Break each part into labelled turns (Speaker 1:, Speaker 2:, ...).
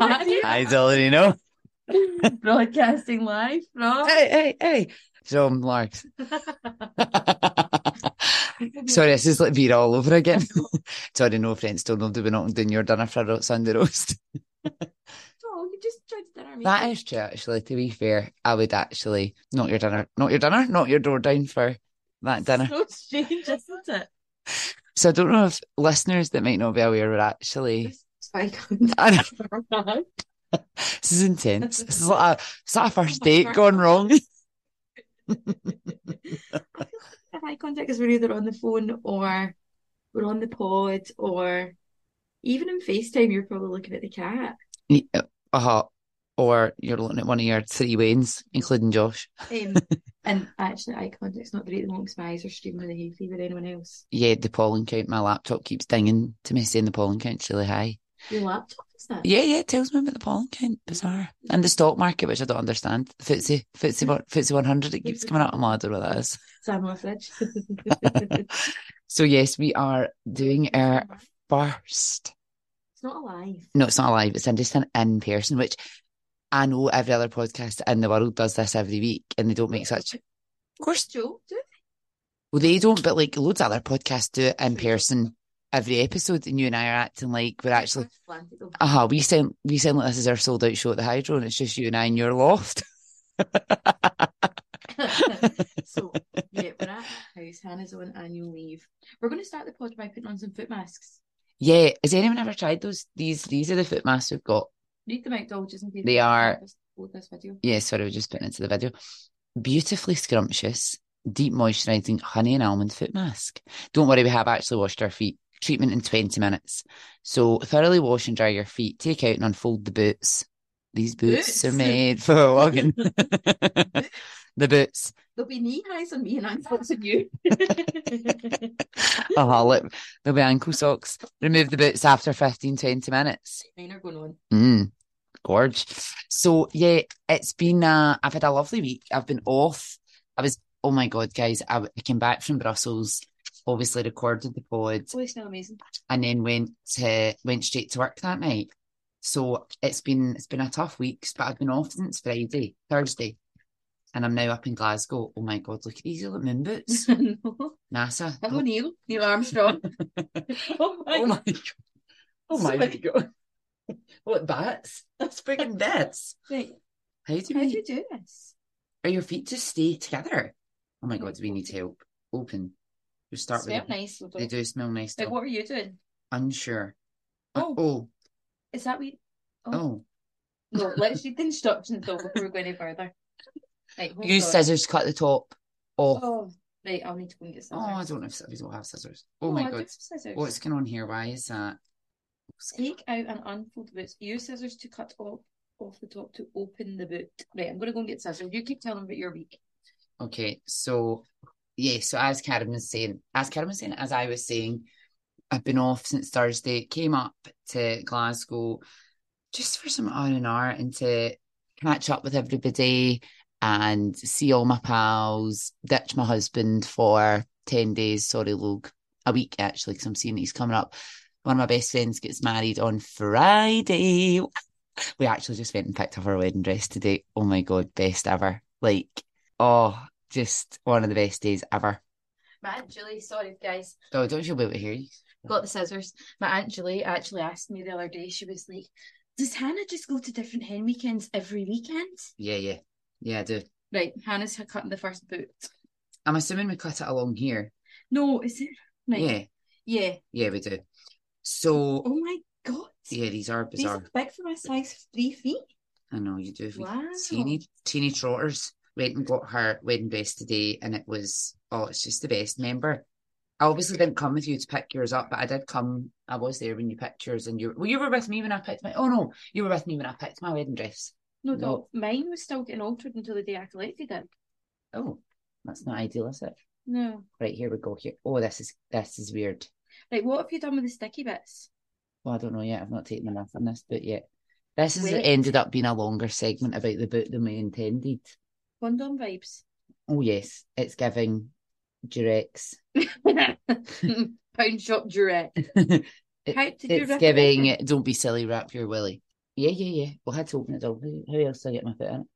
Speaker 1: I already know.
Speaker 2: Broadcasting live from.
Speaker 1: Hey, hey, hey. So I'm like, sorry, this is like Vera all over again. sorry, no offence to nobody, we're not doing your dinner for a Sunday roast.
Speaker 2: Oh, you just tried to dinner me.
Speaker 1: That is true, actually. To be fair, I would actually knock your dinner, knock your dinner, knock your door down for that dinner.
Speaker 2: so strange, isn't it?
Speaker 1: So I don't know if listeners that might not be aware are actually. I know, this is intense. This is like a, it's like a first date gone wrong.
Speaker 2: If eye contact is we're either on the phone or we're on the pod or even in FaceTime, you're probably looking at the cat.
Speaker 1: Uh-huh. Or you're looking at one of your three wains, including Josh.
Speaker 2: Um, and actually, eye contact's not great amongst my eyes are streaming with the hay fever with anyone else.
Speaker 1: Yeah, the pollen count. My laptop keeps dinging to me saying the pollen count's really high.
Speaker 2: Your laptop is that?
Speaker 1: Yeah, yeah, it tells me about the pollen count. Bizarre. And the stock market, which I don't understand. The FTSE, FTSE, one- FTSE 100, it keeps coming up. I'm like, I don't know what that is.
Speaker 2: Sam Lethbridge.
Speaker 1: So, yes, we are doing our first.
Speaker 2: It's not alive.
Speaker 1: Uh, No, it's not live. It's in- just an in person, which I know every other podcast in the world does this every week and they don't make such. Of course,
Speaker 2: Joe, do
Speaker 1: Well, they don't, but like loads of other podcasts do it in person every episode, and you and I are acting like we're actually. Aha, we sound we sound like this is our sold out show at the Hydro, and it's just you and I in your loft.
Speaker 2: so yeah, we're at my house. Hannah's on annual leave. We're going to start the pod by putting on some foot masks.
Speaker 1: Yeah, has anyone ever tried those? These these are the foot masks we've got.
Speaker 2: Read them out, doll, just in case
Speaker 1: They are-
Speaker 2: With this video.
Speaker 1: Yeah, sorry, I was just putting it into the video. Beautifully scrumptious, deep moisturising honey and almond foot mask. Don't worry, we have actually washed our feet. Treatment in 20 minutes. So thoroughly wash and dry your feet. Take out and unfold the boots. These boots, are
Speaker 2: Boots?
Speaker 1: made for walking. the boots.
Speaker 2: They'll be knee highs on me and ankles on you.
Speaker 1: Oh, look, they'll be ankle socks. Remove the boots after 15, 20 minutes.
Speaker 2: Mine are going on.
Speaker 1: Mm, gorge. So yeah, it's been. Uh, I've had a lovely week. I've been off. I was. Oh my god, guys! I, I came back from Brussels. Obviously recorded the pod,
Speaker 2: It's always smell amazing.
Speaker 1: and then went to went straight to work that night. So it's been it's been a tough week, but I've been off since Friday, Thursday, and I'm now up in Glasgow. Oh my god, look at these little moon boots,
Speaker 2: no.
Speaker 1: NASA.
Speaker 2: Hello, Neil. Neil Armstrong. oh my
Speaker 1: Oh my god! Oh my
Speaker 2: Sorry.
Speaker 1: god! What bats? That's frigging bats.
Speaker 2: Right,
Speaker 1: How do
Speaker 2: How
Speaker 1: we?
Speaker 2: do you do this?
Speaker 1: Are your feet just stay together? Oh my god, we need help. Open. We start
Speaker 2: smell
Speaker 1: with
Speaker 2: nice. though,
Speaker 1: they
Speaker 2: don't-
Speaker 1: do smell nice.
Speaker 2: Like,
Speaker 1: though.
Speaker 2: what are you doing?
Speaker 1: Unsure. Uh,
Speaker 2: Oh.
Speaker 1: oh,
Speaker 2: Is that we?
Speaker 1: oh.
Speaker 2: No, let's read the instructions though before we go any further. Right, hold
Speaker 1: Use
Speaker 2: on.
Speaker 1: scissors to cut the top off. Oh,
Speaker 2: Oh, right, I'll need to go and get scissors.
Speaker 1: I don't know if scissors will have scissors. Oh
Speaker 2: No, I
Speaker 1: my
Speaker 2: do
Speaker 1: god.
Speaker 2: have Scissors.
Speaker 1: What's going on here? Why is that?
Speaker 2: Take out and unfold the boot. Use scissors to cut off off the top to open the boot. Right, I'm gonna go and get scissors. You keep telling me about your week.
Speaker 1: Okay, so yeah, so as Karen was saying, as Karen was saying, as I was saying, I've been off since Thursday, came up to Glasgow just for some R and R and to catch up with everybody and see all my pals, ditch my husband for 10 days, sorry, Luke, a week actually, because I'm seeing he's coming up. One of my best friends gets married on Friday. We actually just went and picked up our wedding dress today. Oh my God, best ever. Like, Oh, just one of the best days ever.
Speaker 2: My aunt Julie, sorry guys,
Speaker 1: Oh, don't you be able to hear you?
Speaker 2: got the scissors. My aunt Julie actually asked me the other day. She was like, "Does Hannah just go to different hen weekends every weekend?"
Speaker 1: Yeah, yeah. Yeah, I do.
Speaker 2: Right, Hannah's cutting the first boot.
Speaker 1: I'm assuming we cut it along here.
Speaker 2: No, is it? Right.
Speaker 1: Yeah,
Speaker 2: Yeah.
Speaker 1: yeah, we do. So,
Speaker 2: Oh my god.
Speaker 1: yeah, these are
Speaker 2: These
Speaker 1: bizarre.
Speaker 2: are big for my size of three feet.
Speaker 1: I know you do.
Speaker 2: Wow.
Speaker 1: Teeny, teeny trotters went and got her wedding dress today, and it was, oh, it's just the best. Remember, I obviously didn't come with you to pick yours up, but I did come. I was there when you picked yours, and you well, you were with me when I picked my. Oh no, you were with me when I picked my wedding dress.
Speaker 2: No,
Speaker 1: No.
Speaker 2: no, mine was still getting altered until the day I collected it.
Speaker 1: Oh, that's not ideal, is it?
Speaker 2: No.
Speaker 1: Right here we go. Here, oh, this is this is weird.
Speaker 2: Like, what have you done with the sticky bits?
Speaker 1: Well, I don't know yet. I've not taken enough on this book yet. This has
Speaker 2: Wait.
Speaker 1: ended up being a longer segment about the book than we intended.
Speaker 2: Condom vibes.
Speaker 1: Oh yes, it's giving Durex.
Speaker 2: Pound shop durette.
Speaker 1: It-
Speaker 2: How did you
Speaker 1: it's
Speaker 2: wrap it
Speaker 1: giving
Speaker 2: up?
Speaker 1: don't be silly, wrap your willy. Yeah, yeah, yeah. Well, I had to open it up. How else do I get my foot in it?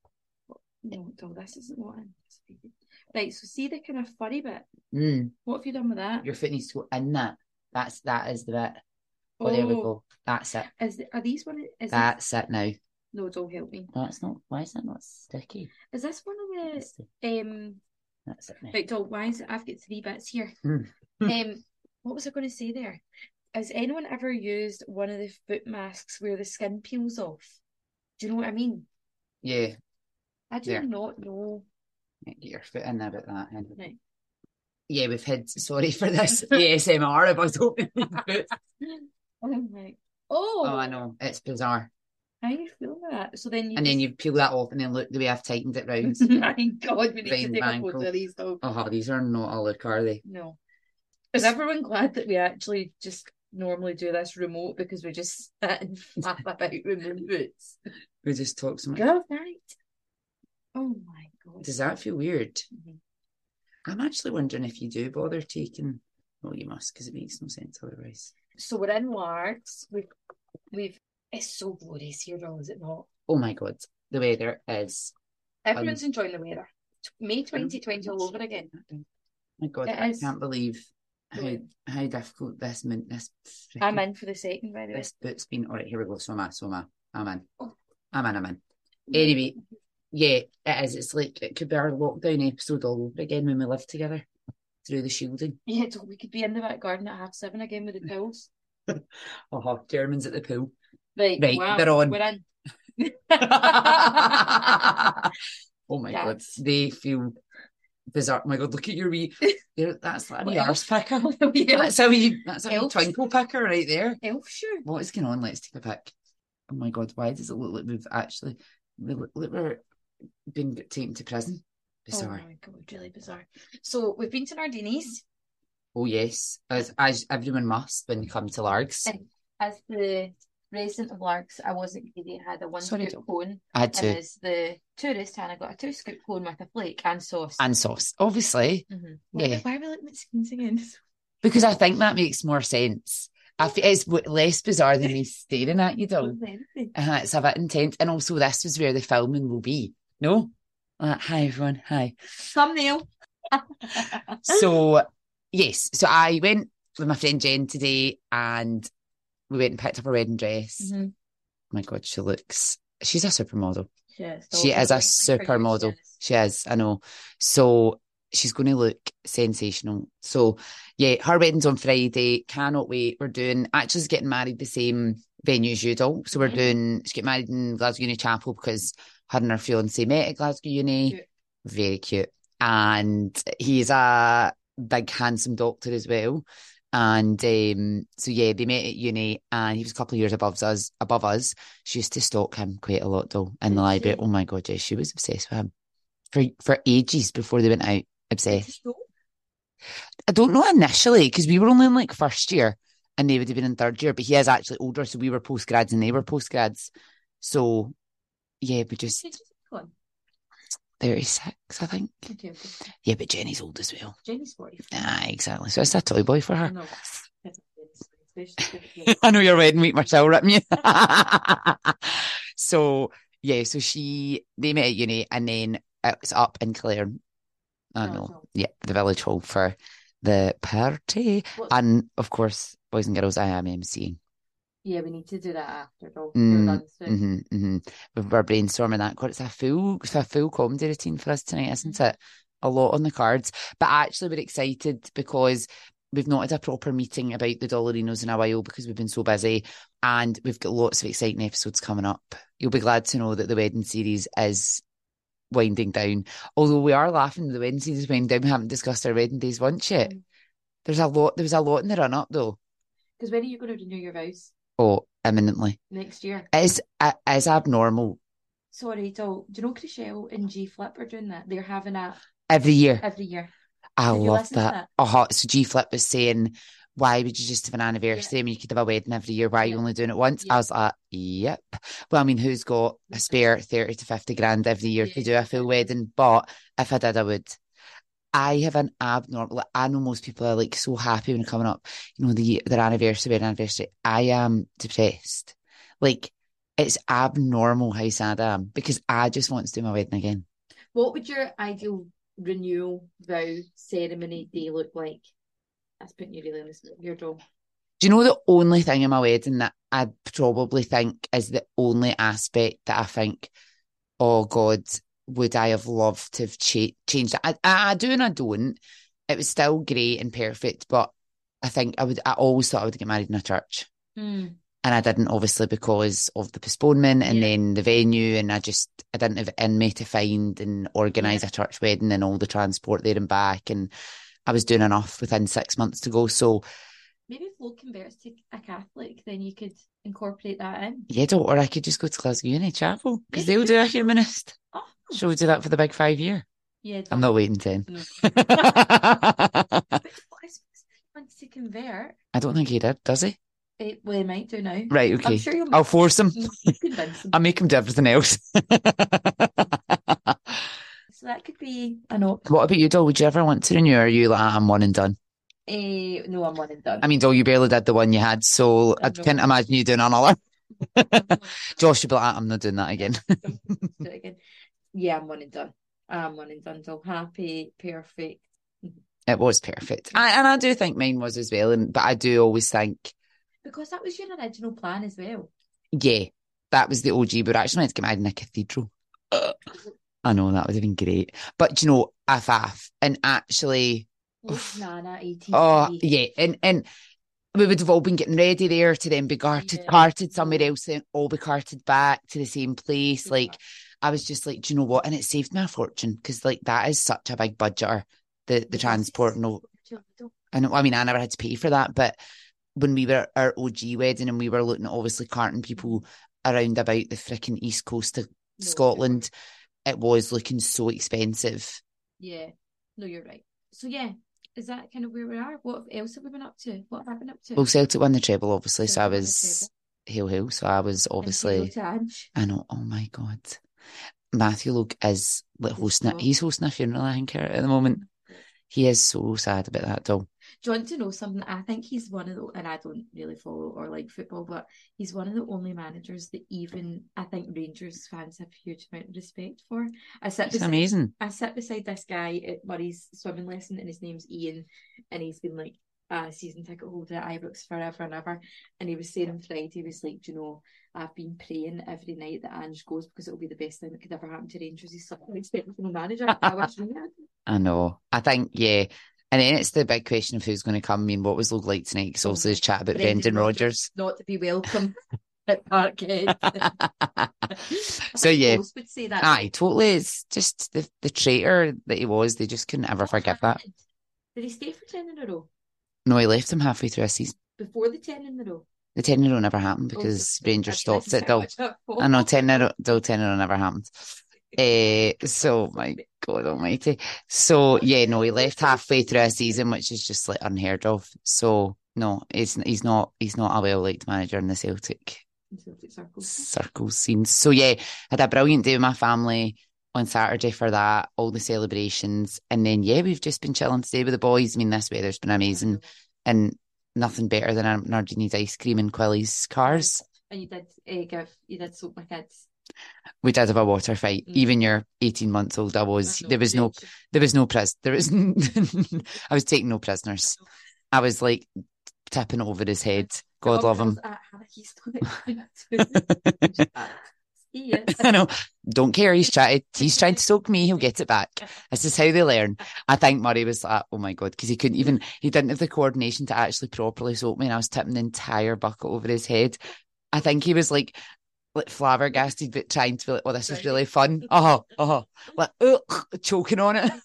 Speaker 2: No, no, this isn't what I anticipated. Right, so see the kind of furry bit.
Speaker 1: Mm,
Speaker 2: What have you done with that?
Speaker 1: your foot needs to go in that. That's that is the bit. Oh, there we
Speaker 2: Oh,
Speaker 1: go. That's it.
Speaker 2: Is the, are these one? Is that
Speaker 1: That's it now.
Speaker 2: no? Don't help me.
Speaker 1: That's not. Why is that not sticky?
Speaker 2: Is this one of
Speaker 1: That's, the-
Speaker 2: the um?
Speaker 1: that's it now.
Speaker 2: Right, doll. Why is it? I've got three bits here.
Speaker 1: Hmm.
Speaker 2: um, what was I going to say there? Has anyone ever used one of the foot masks where the skin peels off? Do you know what I mean?
Speaker 1: Yeah,
Speaker 2: I do
Speaker 1: Yeah.
Speaker 2: not know.
Speaker 1: get your foot in there about that. And
Speaker 2: Right.
Speaker 1: yeah, we've had. Sorry for this. ASMR about opening boots.
Speaker 2: I'm like, oh,
Speaker 1: Oh, I know. It's bizarre.
Speaker 2: How you feel that? So then you
Speaker 1: And then
Speaker 2: just-
Speaker 1: you peel that off, and then look the way I've tightened it round.
Speaker 2: My God, we need to
Speaker 1: Brain
Speaker 2: take a
Speaker 1: bank
Speaker 2: photo
Speaker 1: will-
Speaker 2: of these though.
Speaker 1: oh, these are not a look, are they?
Speaker 2: No. Is everyone glad that we actually just normally do this remote because we just sit and flap about remote boots?
Speaker 1: We just talk so much.
Speaker 2: Good night. Oh my God.
Speaker 1: Does that feel weird?
Speaker 2: Mhm.
Speaker 1: I'm actually wondering if you do bother taking. Well, you must, because it makes no sense otherwise.
Speaker 2: So we're in Largs. We've, we've, it's so glorious here, though, is it not?
Speaker 1: Oh my god, the weather is.
Speaker 2: Everyone's enjoying the weather. T- May 2020 all over again.
Speaker 1: My god,
Speaker 2: It
Speaker 1: I
Speaker 2: is.
Speaker 1: can't believe how
Speaker 2: Brilliant.
Speaker 1: how difficult this min this. frickin'
Speaker 2: I'm in for the second, by the way.
Speaker 1: This boot's been. All right, here we go. So am I. So am I. I'm in.
Speaker 2: Oh.
Speaker 1: I'm in. I'm in. Anyway, yeah, it is. It's like it could be our lockdown episode all over again when we live together through the shielding.
Speaker 2: Yeah, so we could be in the back garden at half seven again with the pills.
Speaker 1: Oh, Germans at the pool.
Speaker 2: Right,
Speaker 1: Right,
Speaker 2: wow,
Speaker 1: they're on.
Speaker 2: We're in.
Speaker 1: oh my
Speaker 2: Yeah.
Speaker 1: god, they feel bizarre. Oh My god, look at your wee. There, that's like a wee
Speaker 2: What
Speaker 1: arse picker.
Speaker 2: yeah.
Speaker 1: That's a wee. That's a wee
Speaker 2: Elf.
Speaker 1: twinkle picker right there.
Speaker 2: Elf shoe.
Speaker 1: What is going on? Let's take a pic. Oh my god, why does it look like we've actually we look like we're been taken to prison? Bizarre.
Speaker 2: Oh my god, really bizarre. So we've been to Nardini's
Speaker 1: Oh, yes, as, as everyone must when you come to Largs.
Speaker 2: And- as the resident of Largs. I wasn't greedy. I had a one
Speaker 1: Sorry, Dom.
Speaker 2: scoop cone,
Speaker 1: I had
Speaker 2: and
Speaker 1: to
Speaker 2: as the tourist, Hannah got a two scoop cone with a flake and sauce.
Speaker 1: and sauce, obviously,
Speaker 2: Mhm.
Speaker 1: Yeah.
Speaker 2: Why, why are we looking at screens again?
Speaker 1: because I think that makes more sense. I feel it's w- less bizarre than me staring at you, Dom. Uh, it's a bit intense. And also, this was where the filming will be. No? Uh, hi, everyone. Hi.
Speaker 2: Thumbnail.
Speaker 1: So, yes. So, I went with my friend Jen today and we went and picked up her wedding dress.
Speaker 2: Mhm.
Speaker 1: Oh my God, she looks, she's a supermodel.
Speaker 2: Yeah, it's
Speaker 1: She
Speaker 2: all-
Speaker 1: is a
Speaker 2: Thank you,
Speaker 1: supermodel.
Speaker 2: Janice.
Speaker 1: She is, I know. So, she's going to look sensational. So, yeah, her wedding's on Friday. Cannot wait. We're doing, actually, she's getting married the same venue as you, doll. So, we're
Speaker 2: Mhm.
Speaker 1: doing, she's getting married in Glasgow Uni Chapel because her and her fiance met at Glasgow Uni.
Speaker 2: Cute.
Speaker 1: Very cute. And he's a big, handsome doctor as well. And um, so yeah, they met at uni, and he was a couple of years above us. Above us, she used to stalk him quite a lot, though, in the
Speaker 2: Did
Speaker 1: library.
Speaker 2: she?
Speaker 1: Oh my god, yeah, she was obsessed with him for for ages before they went out. Obsessed. I don't know initially because we were only in like first year and they would have been in third year, but he is actually older. So we were postgrads and they were postgrads. So yeah, we just
Speaker 2: She just gone.
Speaker 1: 36, I think.
Speaker 2: Okay, okay.
Speaker 1: Yeah, but Jenny's old as well.
Speaker 2: Jenny's forty.
Speaker 1: Ah, exactly. So it's a toy boy for her.
Speaker 2: No. Especially-
Speaker 1: I know your wedding week, Marcel, ripping you. so yeah, so she, they met at uni and then it was up in Clare. I
Speaker 2: No,
Speaker 1: know.
Speaker 2: no.
Speaker 1: Yeah, the village hall for the party.
Speaker 2: What's-
Speaker 1: And of course, boys and girls, I am emceeing.
Speaker 2: Yeah, we need to do that after. Though.
Speaker 1: Mm,
Speaker 2: We're done soon.
Speaker 1: hmm hmm We're brainstorming that. God, it's a full, it's a full comedy routine for us tonight, isn't
Speaker 2: Mhm.
Speaker 1: it? A lot on the cards, but actually we're excited because we've not had a proper meeting about the Dollarinos in a while because we've been so busy, and we've got lots of exciting episodes coming up. You'll be glad to know that the wedding series is winding down. Although we are laughing, that the wedding series is winding down. We haven't discussed our wedding days once yet.
Speaker 2: Mm.
Speaker 1: There's a lot. There was a lot in the run up though.
Speaker 2: Because when are you going to renew your vows
Speaker 1: Oh, imminently.
Speaker 2: next year?
Speaker 1: It is it is abnormal
Speaker 2: Sorry, doll. Do you know Chriselle and G Flip are doing that? They're having that
Speaker 1: every year.
Speaker 2: every year.
Speaker 1: I
Speaker 2: Uh, Did you
Speaker 1: love
Speaker 2: listen to
Speaker 1: that.
Speaker 2: that?
Speaker 1: Uh-huh. So G Flip was saying, why would you just have an anniversary? I mean, you could have a wedding every year. Why are you
Speaker 2: Yeah.
Speaker 1: only doing it once? I
Speaker 2: Yeah.
Speaker 1: was like, yep. Well, I mean, who's got a
Speaker 2: Yeah.
Speaker 1: spare 30 to 50 grand every year to
Speaker 2: Yeah,
Speaker 1: do a full
Speaker 2: exactly.
Speaker 1: wedding? But if I did, I would. I have an abnormal, like, I know most people are like so happy when coming up, you know, the their anniversary, wedding anniversary. I am depressed. Like, It's abnormal how sad I am because I just want to do my wedding again.
Speaker 2: What would your ideal renewal vow ceremony day look like? That's putting you really on the spot here, Joel.
Speaker 1: Do you know the only thing in my wedding that I probably think is the only aspect that I think, oh God, would I have loved to have cha- changed? I, I, I do and I don't. It was still great and perfect, but I think I would. I always thought I would get married in a church, Hmm. and I didn't, obviously, because of the postponement and
Speaker 2: Yeah.
Speaker 1: then the venue, and I just I didn't have it in me to find and organise a church wedding and all the transport there and back, and I was doing enough within six months to go. So
Speaker 2: Maybe if Flo converts to a Catholic, then you could incorporate that in.
Speaker 1: Yeah, don't, or I could just go to Glasgow Uni Chapel because
Speaker 2: Yeah, you
Speaker 1: they'll do a humanist.
Speaker 2: Oh,
Speaker 1: She'll do that for the big five year.
Speaker 2: yeah.
Speaker 1: I'm not waiting ten.
Speaker 2: No.
Speaker 1: I
Speaker 2: But what is he wants to convert?
Speaker 1: don't think he did, does he?
Speaker 2: It, well, he might do now.
Speaker 1: Right, okay.
Speaker 2: I'm sure you'll
Speaker 1: I'll force him.
Speaker 2: you'll convince him.
Speaker 1: I'll make him do everything else.
Speaker 2: So that could be an option.
Speaker 1: what about you, Doll? Would you ever want to renew? Or are you like, I'm one and done?
Speaker 2: Eh, no, I'm one and done.
Speaker 1: I mean, Doll, you barely did the one you had, so I
Speaker 2: I know.
Speaker 1: can't imagine you doing another. Josh would be like, "Ah, I'm not doing that again.
Speaker 2: do it again. Yeah, I'm one and done. I'm one and done. So happy, perfect.
Speaker 1: It was perfect. I, and I do think mine was as well. And But I do always think
Speaker 2: Because that was your original plan as well.
Speaker 1: Yeah, that was the OG. But actually, meant to get married in a cathedral.
Speaker 2: Uh.
Speaker 1: I know that would have been great. But do you know, aff aff, and actually,
Speaker 2: Look,
Speaker 1: Oof.
Speaker 2: Nana, eighteen.
Speaker 1: oh yeah, and and we would have all been getting ready there to then be carted,
Speaker 2: Yeah.
Speaker 1: carted somewhere else, then all be carted back to the same place.
Speaker 2: Yeah.
Speaker 1: Like I was just like, do you know what? And it saved me a fortune because like that is such a big budgeter. The the
Speaker 2: Yes.
Speaker 1: transport and all I know. I mean, I never had to pay for that, but when we were at our OG wedding and we were looking at obviously carting people around about the freaking east coast of Scotland, it was looking so expensive.
Speaker 2: Yeah. No, you're right. So yeah, is that kind of where we are? What else have we been up to? What have I been up to?
Speaker 1: Well, Celtic won the treble, obviously, so I
Speaker 2: Celtic won the
Speaker 1: was hill hill, so I was
Speaker 2: And hello
Speaker 1: obviously.
Speaker 2: to Ange.
Speaker 1: I know. Oh my god, Matthew Luke is like
Speaker 2: He's
Speaker 1: hosting. it.
Speaker 2: not. Mm.
Speaker 1: He's hosting a funeral, I think, at the moment. He is so sad about that, doll.
Speaker 2: Do you want to know something? I think he's one of the, and I don't really follow or like football, but he's one of the only managers that even I think Rangers fans have a huge amount of respect for. I sit
Speaker 1: It's
Speaker 2: beside,
Speaker 1: amazing.
Speaker 2: I sit beside this guy at Murray's swimming lesson, and his name's Ian, and he's been like a season ticket holder at Ibrox forever and ever. And he was saying on Friday, he was like, "Do you know, I've been praying every night that Ange goes because it'll be the best thing that could ever happen to Rangers. He's such an exceptional manager. I wish we had."
Speaker 1: I know. I think, yeah. And then it's the big question of who's going to come. I mean, what was Luke like tonight? Because
Speaker 2: Oh
Speaker 1: obviously
Speaker 2: my
Speaker 1: there's chat about
Speaker 2: Brendan
Speaker 1: Brendan Rodgers.
Speaker 2: Rodgers. not to be welcome at Parkhead.
Speaker 1: so yeah, Ah,
Speaker 2: Most would say that.
Speaker 1: aye, totally. It's just the the traitor that he was. They just couldn't ever forgive that.
Speaker 2: Did he stay for ten in a row?
Speaker 1: No, he left him halfway through a season.
Speaker 2: Before the ten in a row?
Speaker 1: The ten year old never happened because
Speaker 2: Oh,
Speaker 1: Rangers
Speaker 2: sorry.
Speaker 1: stopped
Speaker 2: This is
Speaker 1: it.
Speaker 2: how
Speaker 1: Though
Speaker 2: much I follow.
Speaker 1: I know ten year old ten year old never happened. Eh, so my God Almighty. So yeah, no, he left halfway through a season, which is just like unheard of. So no, it's he's not he's not a well liked manager in the Celtic
Speaker 2: Celtic circles.
Speaker 1: circle scenes. So yeah, had a brilliant day with my family on Saturday for that, all the celebrations, and then yeah, we've just been chilling today with the boys. I mean, this weather's been amazing, and nothing better than a Nardini's ice cream and Quilly's cars.
Speaker 2: And you did uh, give you did soak my kids.
Speaker 1: We did have a water fight.
Speaker 2: Mm.
Speaker 1: Even your eighteen months old, I was. there was no, there was no pris. There was, I was taking no prisoners. I was like tipping over his head. God love him.
Speaker 2: Yeah.
Speaker 1: I know. Don't care. He's trying. He's trying to soak me. He'll get it back. This is how they learn. I think Murray was like, oh my God, because he couldn't even, he didn't have the coordination to actually properly soak me. And I was tipping the entire bucket over his head. I think he was like, like flabbergasted, but trying to be like, oh, this is really fun. Uh huh. Uh huh. Like, ugh, choking on it.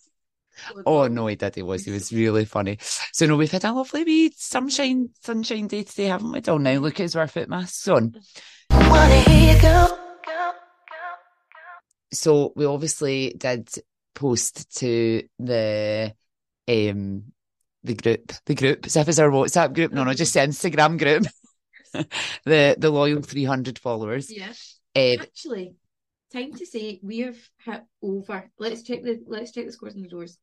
Speaker 1: Oh no, he did. He was. He was really funny. So no, we've had a lovely wee sunshine, sunshine day today, haven't we? Till now, look at our foot masks on. So we obviously did post to the um the group, the group. So if it's our WhatsApp group, no, no, just the Instagram group. the the loyal three hundred followers.
Speaker 2: Yeah.
Speaker 1: Uh,
Speaker 2: Actually, time to say we have hit over. Let's check the let's check the scores on the doors.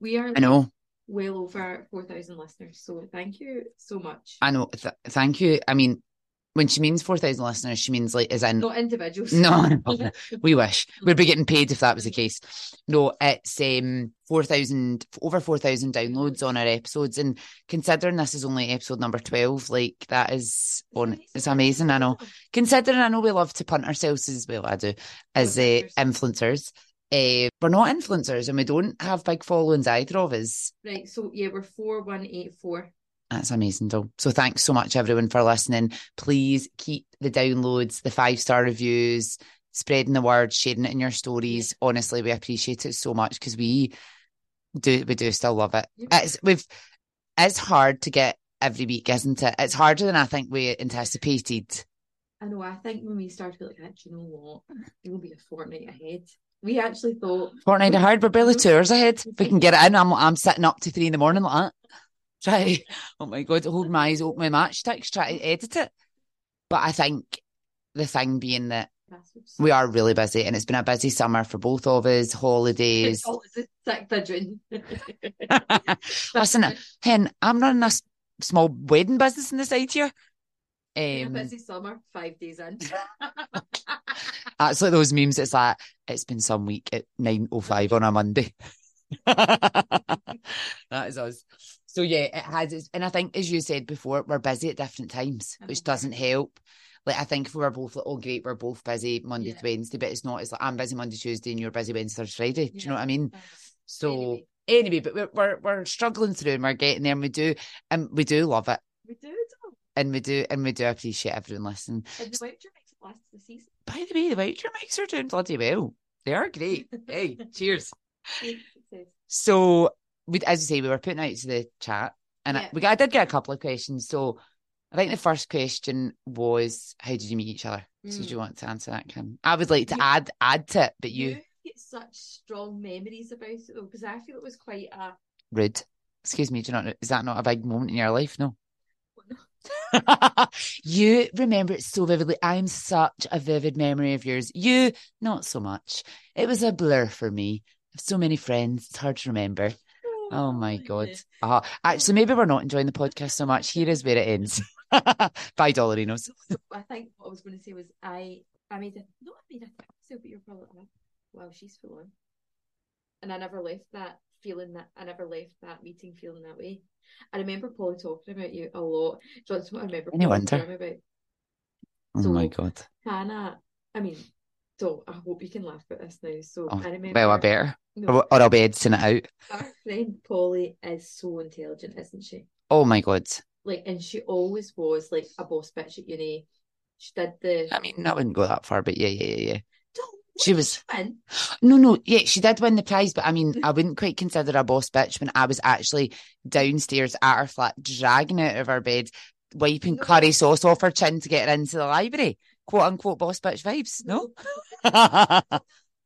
Speaker 2: We are
Speaker 1: I know.
Speaker 2: well over four thousand listeners, so thank you so much.
Speaker 1: I know. Th- thank you. I mean, when she means 4,000 listeners, she means like, as in,
Speaker 2: Not individuals.
Speaker 1: no, no, we wish. We'd be getting paid if that was the case. No, it's um, 4,000, over 4,000 downloads on our episodes. And considering this is only episode number 12, like that is on, it's amazing. I know. Considering I know we love to punt ourselves as well, I do, as uh, influencers. Uh, we're not influencers and we don't have big followings either of us.
Speaker 2: Right, so yeah, we're 4184.
Speaker 1: That's amazing, though. So thanks so much, everyone, for listening. Please keep the downloads, the five star reviews, spreading the word, sharing it in your stories. Honestly, we appreciate it so much because we do we do still love it.
Speaker 2: Yeah.
Speaker 1: It's we've it's hard to get every week, isn't it? It's harder than I think we anticipated.
Speaker 2: I know, I think when we started, we were like, actually, you know what? We'll be a fortnight ahead. We actually thought,
Speaker 1: Fortnight ahead, we're barely two hours ahead. If we can get it in, I'm I'm sitting up to three in the morning like that. Try oh my god, hold my eyes, open my matchsticks, try to edit it. But I think the thing being that
Speaker 2: Grassroots.
Speaker 1: We are really busy, and it's been a busy summer for both of us. Holidays.
Speaker 2: Oh, it's the sixth of June.
Speaker 1: Listen, hen, I'm running a s- small wedding business in the side here.
Speaker 2: Been a
Speaker 1: Um,
Speaker 2: busy summer, five days in.
Speaker 1: that's like those memes. It's like it's been some week at nine oh five on a Monday. that is us. So yeah, it has. Its, and I think, as you said before, we're busy at different times, which
Speaker 2: Mhm.
Speaker 1: doesn't help. Like I think if we were both like, oh great, we're both busy Monday
Speaker 2: Yeah.
Speaker 1: to Wednesday, but it's not. It's like I'm busy Monday, Tuesday, and you're busy Wednesday, Thursday, Friday. Do you know
Speaker 2: Yeah.
Speaker 1: what I mean? So anyway,
Speaker 2: Anyway.
Speaker 1: but we're, we're we're struggling through and we're getting there and we do and we do love it
Speaker 2: we do it all.
Speaker 1: and we do and we do appreciate everyone listening.
Speaker 2: And the voucher makes it last the season.
Speaker 1: By the way, the voucher mics are doing bloody well. They are great. hey, cheers.
Speaker 2: It says,
Speaker 1: So we as you say, we were putting out to the chat and I-
Speaker 2: Yeah.
Speaker 1: we got, I did get a couple of questions. So I think the first question was how did you meet each other? So do
Speaker 2: Mm.
Speaker 1: you want to answer that, Kim? I would like to
Speaker 2: You-
Speaker 1: add add to it, but you,
Speaker 2: get such strong memories about it though, because I feel it was quite a
Speaker 1: rude. Excuse me, do you not know? Is that not a big moment in your life? No.
Speaker 2: no.
Speaker 1: you remember it so vividly. I'm such a vivid memory of yours. You, not so much. It was a blur for me. I have so many friends, it's hard to remember. Oh my God. Uh, actually, maybe we're not enjoying the podcast so much. Here is where it ends. Bye, Dollarinos.
Speaker 2: I think what I was going to say was I I made a not I made a thing so but you're probably like, wow, she's full on. And I never left that feeling that I never left that meeting feeling that way. I remember Polly talking about you a lot. Do you want to know what I remember
Speaker 1: Any
Speaker 2: Polly
Speaker 1: wonder.
Speaker 2: talking about?
Speaker 1: Oh
Speaker 2: So-
Speaker 1: my God.
Speaker 2: Hannah, I mean, so I hope you can laugh at this now. So
Speaker 1: Oh,
Speaker 2: I remember
Speaker 1: Well, I better.
Speaker 2: no,
Speaker 1: Or, or I'll be editing it out.
Speaker 2: our friend Polly is so intelligent, isn't she?
Speaker 1: Oh my God.
Speaker 2: Like and she always was like a boss bitch at uni. She did the
Speaker 1: I mean, I wouldn't go that far, but yeah, yeah, yeah, yeah.
Speaker 2: Don't-
Speaker 1: Uh, She was.
Speaker 2: win.
Speaker 1: No, no, yeah, she did win the prize, but I mean,
Speaker 2: Mm-hmm.
Speaker 1: I wouldn't quite consider her a boss bitch when I was actually downstairs at her flat, dragging her out of her bed, wiping
Speaker 2: No.
Speaker 1: curry sauce off her chin to get her into the library. Quote unquote boss bitch vibes. No?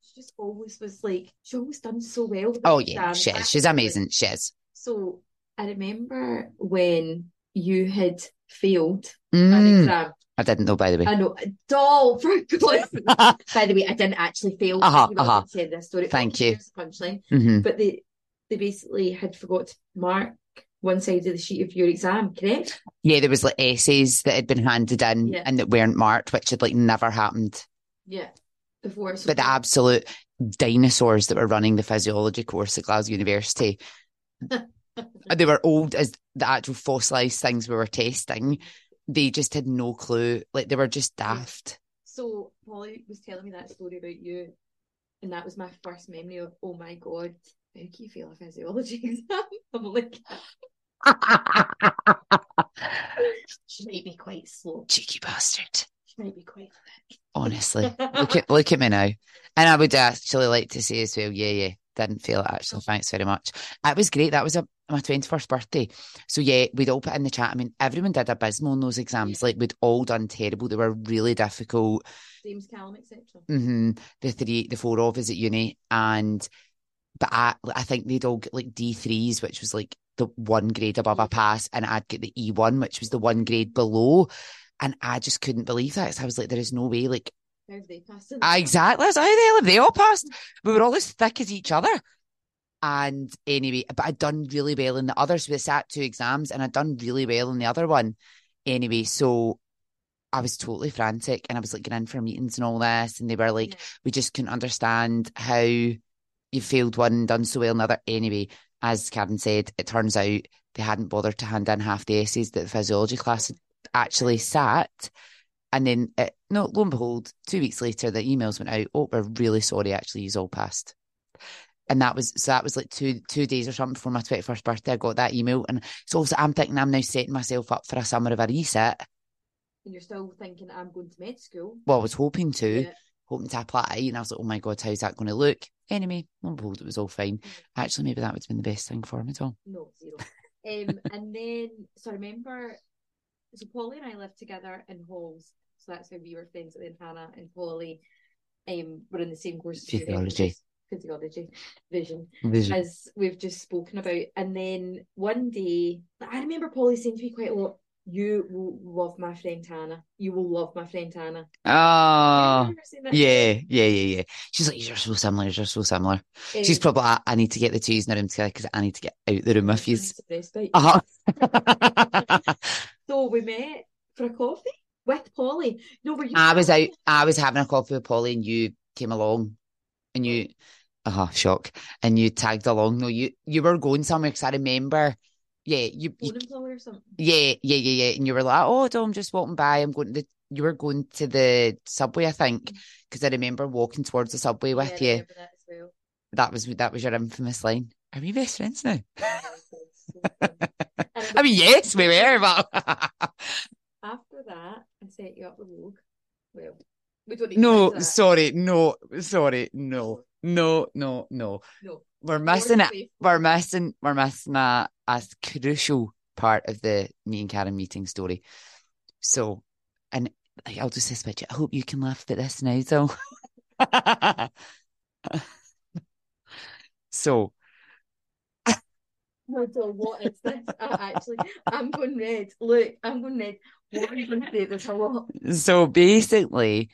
Speaker 2: She just always was like she always done so well. with
Speaker 1: oh,
Speaker 2: the
Speaker 1: yeah,
Speaker 2: exams.
Speaker 1: she
Speaker 2: I
Speaker 1: is. She's
Speaker 2: think,
Speaker 1: amazing.
Speaker 2: like,
Speaker 1: She is.
Speaker 2: So I remember when you had failed an
Speaker 1: Mm,
Speaker 2: exam.
Speaker 1: I didn't know, by the way.
Speaker 2: I know, doll for God's sake. By the way, I didn't actually fail.
Speaker 1: Uh-huh,
Speaker 2: You know, I
Speaker 1: uh-huh.
Speaker 2: didn't say this story.
Speaker 1: Thank you.
Speaker 2: Here's the punchline.
Speaker 1: hmm
Speaker 2: But they they basically had forgot to mark one side of the sheet of your exam, correct?
Speaker 1: Yeah, there was like essays that had been handed in
Speaker 2: Yeah.
Speaker 1: and that weren't marked, which had like never happened.
Speaker 2: Yeah. Before so
Speaker 1: but the absolute dinosaurs that were running the physiology course at Glasgow University. they were old as the actual fossilized things we were testing. They just had no clue. Like they were just daft.
Speaker 2: So Polly was telling me that story about you, and that was my first memory of, oh my god, how can you fail a physiology exam? I'm like, she might be quite slow.
Speaker 1: Cheeky bastard.
Speaker 2: She might be quite thick.
Speaker 1: Honestly. Look at look at me now. And I would actually like to say as well, yeah, yeah. Didn't feel it actually. Thanks very much. It was great. That was a, my twenty first birthday. So yeah, we'd all put in the chat. I mean, everyone did abysmal on those exams. Like we'd all done terrible. They were really difficult.
Speaker 2: James Callum, etc.
Speaker 1: hmm the three, the four of us at uni, and but I, I think they'd all get like D threes, which was like the one grade above
Speaker 2: Yeah.
Speaker 1: a pass, and I'd get the E one, which was the one grade below, and I just couldn't believe that. 'cause I was like, there is no way, like
Speaker 2: How have they passed it?
Speaker 1: I- Ah, exactly that's how the hell have they all passed. We were all as thick as each other. And anyway, but I'd done really well in the other. So we sat two exams and I'd done really well in the other one. Anyway, so I was totally frantic and I was like going in for meetings and all this. And they were like,
Speaker 2: Yeah.
Speaker 1: we just couldn't understand how you failed one and done so well in the other. Anyway, as Karen said, it turns out they hadn't bothered to hand in half the essays that the physiology class had actually sat. And then, it, no, lo and behold, two weeks later, the emails went out. Oh, we're really sorry. Actually, you all passed. And that was so. That was like two two days or something before my twenty first birthday. I got that email, and so also I'm thinking I'm now setting myself up for a summer of a reset.
Speaker 2: And you're still thinking, I'm going to med school.
Speaker 1: Well, I was hoping to,
Speaker 2: Yeah.
Speaker 1: hoping to apply, and I was like, oh my god, how's that going to look? Anyway, lo and behold, it was all fine. Actually, maybe that would have been the best thing for him at all.
Speaker 2: No, zero. Um, and then, so I remember, so Polly and I lived together in halls. So that's how we were friends. And then Hannah and Polly um, were in the same course. as we were in, which
Speaker 1: Physiology.
Speaker 2: is Physiology, vision,
Speaker 1: Vision.
Speaker 2: as we've just spoken about. And then one day, I remember Polly saying to me quite a lot, You will love my friend Hannah. You will love my friend Hannah. I
Speaker 1: Oh,
Speaker 2: remember saying that.
Speaker 1: yeah, yeah, yeah, yeah. She's like, you're so similar. You're so similar. She's
Speaker 2: Um,
Speaker 1: probably. I, I need to get the two in the room together because I need to get out the room with you.
Speaker 2: Respite.
Speaker 1: Uh-huh.
Speaker 2: So we met for a coffee with Polly. No, were you?
Speaker 1: I was out. I was having a coffee with Polly, and you came along, and you, uh huh, shock, and you tagged along. No, you you were going somewhere because I remember. Yeah, you, you
Speaker 2: Phone employee or something.
Speaker 1: Yeah, yeah, yeah, yeah. And you were like, oh, no, I'm just walking by. I'm going to the, you were going to the subway, I think, because I remember walking towards the subway with
Speaker 2: yeah, I
Speaker 1: you.
Speaker 2: remember that as well.
Speaker 1: That was that was your infamous line. Are we best friends now? I
Speaker 2: I
Speaker 1: mean, yes, we were, but
Speaker 2: after that, I set you up with Vogue. Well, we don't need to go into
Speaker 1: no,
Speaker 2: that.
Speaker 1: sorry, no, sorry, no, no, no, no.
Speaker 2: No.
Speaker 1: We're
Speaker 2: More
Speaker 1: missing it.
Speaker 2: safe.
Speaker 1: We're missing. We're missing a, a crucial part of the me and Karen meeting story. So, and like, I'll just say this about you. I hope you can laugh at this now, though. so,
Speaker 2: No, so what is this? I actually, I'm going red. Look, I'm going red. What are you going to do? There's a lot.
Speaker 1: so basically,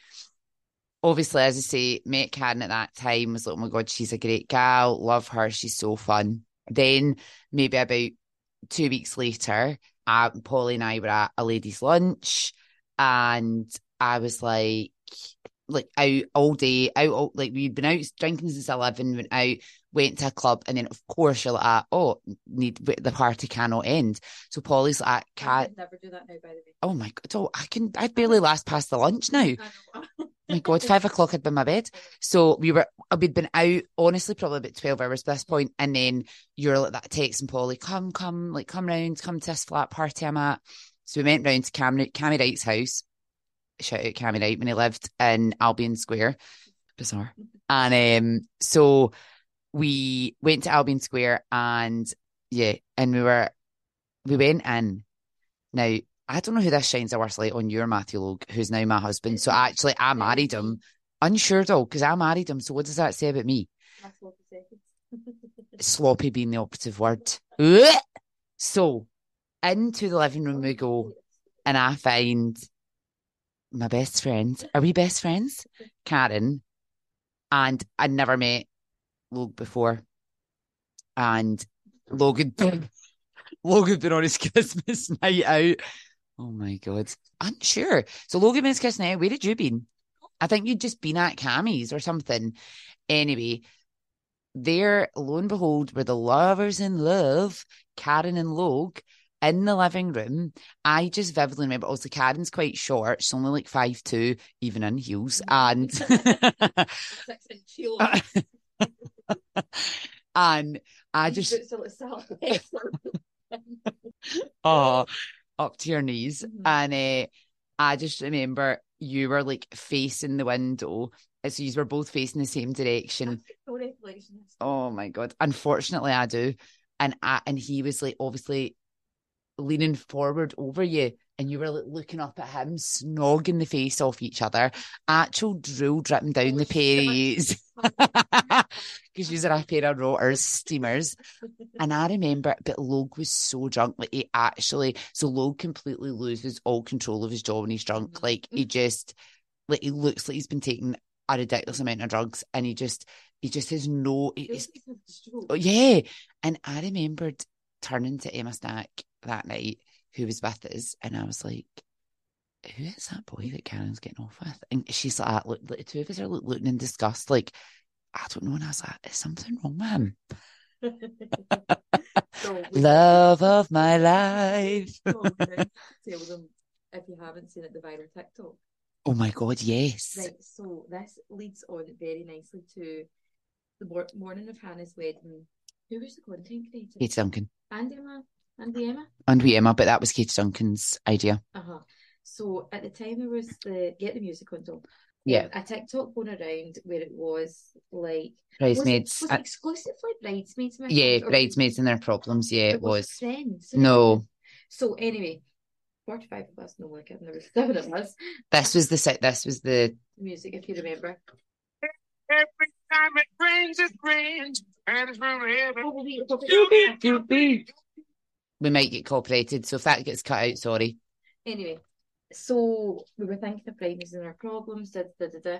Speaker 1: obviously, as I say, met Karen at that time. Was like, oh my god, she's a great gal. Love her. She's so fun. Then maybe about two weeks later, uh, Polly and I were at a ladies' lunch, and I was like, like out all day, out all like we'd been out drinking since eleven, went out, went to a club, and then of course you're like, ah, oh, need the party cannot end. So Polly's like,
Speaker 2: I
Speaker 1: cat,
Speaker 2: would never do that now, by the
Speaker 1: oh my god, oh, I can, I barely last past the lunch now
Speaker 2: way. I know.
Speaker 1: Oh my god, five o'clock had been my bed. So we were we'd been out honestly probably about twelve hours by this point, and then you're like that text and Polly, come, come, like come round, come to this flat party I'm at. So we went round to Cam Cammy Wright's house. Shout out Cammy Wright when he lived in Albion Square. Bizarre. And um so we went to Albion Square and yeah, and we were we went in. Now I don't know who this shines a worse light on. You're Matthew Logue, who's now my husband. So actually, I married him unsure though, because I married him. So what does that say about me?
Speaker 2: That's what I said.
Speaker 1: Sloppy being the operative word. Ugh. So into the living room we go, and I find my best friend. Are we best friends? Karen, and I'd never met Logan before, and Logan. Logan been on his Christmas night out. Oh my god, unsure. So Logan been his Christmas night. out. Where had you been? I think you'd just been at Cammy's or something. Anyway, there, lo and behold, were the lovers in love, Karen and Log, in the living room. I just vividly remember. Also, Karen's quite short; she's only like five two, even in heels, and
Speaker 2: Six inch heel.
Speaker 1: and I just
Speaker 2: Boots are like salad.
Speaker 1: oh, up to your knees.
Speaker 2: Mhm.
Speaker 1: And uh, I just remember you were like facing the window. As you were both facing the same direction.
Speaker 2: No recollection.
Speaker 1: Oh my god. Unfortunately I do. And I and he was like obviously leaning forward over you and you were like looking up at him, snogging the face off each other. Actual drool dripping
Speaker 2: Oh,
Speaker 1: down the E pair of yous. Because you are a pair of rotors, steamers. And I remember, but Log was so drunk, like he actually, so Log completely loses all control of his jaw when he's drunk.
Speaker 2: Mhm.
Speaker 1: Like he just, like he looks like he's been taking a ridiculous amount of drugs, and he just, he just has no, he- he's, oh, yeah. And I remembered turning to Emma Snack that night, who was with us, and I was like, who is that boy that Karen's getting off with? And she's like, ah, look, the two of us are look, looking in disgust, like, I don't know. And I was like, is something wrong with him?
Speaker 2: So we-
Speaker 1: Love of my life.
Speaker 2: So we now tell them if you haven't seen it, the viral TikTok.
Speaker 1: Oh my God, yes.
Speaker 2: Right, so this leads on very nicely to the mor- morning of Hannah's wedding. Who was the content creator?
Speaker 1: Kate Duncan.
Speaker 2: Andy Emma. Andy Emma.
Speaker 1: And we Emma, but that was Kate Duncan's idea.
Speaker 2: Uh huh. So at the time there was the get the music on top. Um,
Speaker 1: Yeah.
Speaker 2: A TikTok going around where it was like was, it-
Speaker 1: Bridesmaids.
Speaker 2: was it
Speaker 1: uh,
Speaker 2: exclusively bridesmaids. am I
Speaker 1: yeah,
Speaker 2: correct? Or-
Speaker 1: bridesmaids and their problems. Yeah,
Speaker 2: or
Speaker 1: it was.
Speaker 2: friends.
Speaker 1: No,
Speaker 2: So anyway, forty five of us. No, we're kidding. There was seven of us.
Speaker 1: this was the set. This was the.
Speaker 2: Music, if you remember.
Speaker 3: Every time it rains, it rains, and it's forever.
Speaker 2: Oh, wait,
Speaker 1: We might get copyrighted, so if that gets cut out, sorry.
Speaker 2: Anyway, so we were thinking of brightness and our problems, da, da, da, da,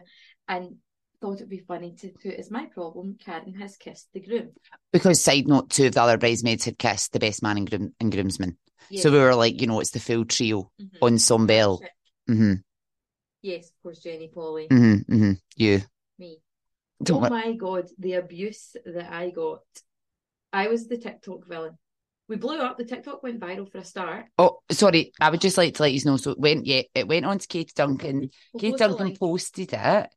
Speaker 2: and thought it'd be funny to put as my problem, Karen has kissed the groom.
Speaker 1: Because side note, two of the other bridesmaids had kissed the best man and, groom- and groomsman.
Speaker 2: Yes.
Speaker 1: So we were like, you know, it's the full trio
Speaker 2: Mhm.
Speaker 1: on some bell. hmm
Speaker 2: Yes, of course, Jenny, Polly,
Speaker 1: hmm hmm You
Speaker 2: me.
Speaker 1: don't.
Speaker 2: oh my god, the abuse that I got. I was the TikTok villain. We blew up, the TikTok went viral for a start.
Speaker 1: Oh, sorry. I would just like to let you know. So it went, yeah, it went on to Kate Duncan.
Speaker 2: We'll
Speaker 1: Kate
Speaker 2: post the
Speaker 1: Duncan
Speaker 2: link.
Speaker 1: posted it,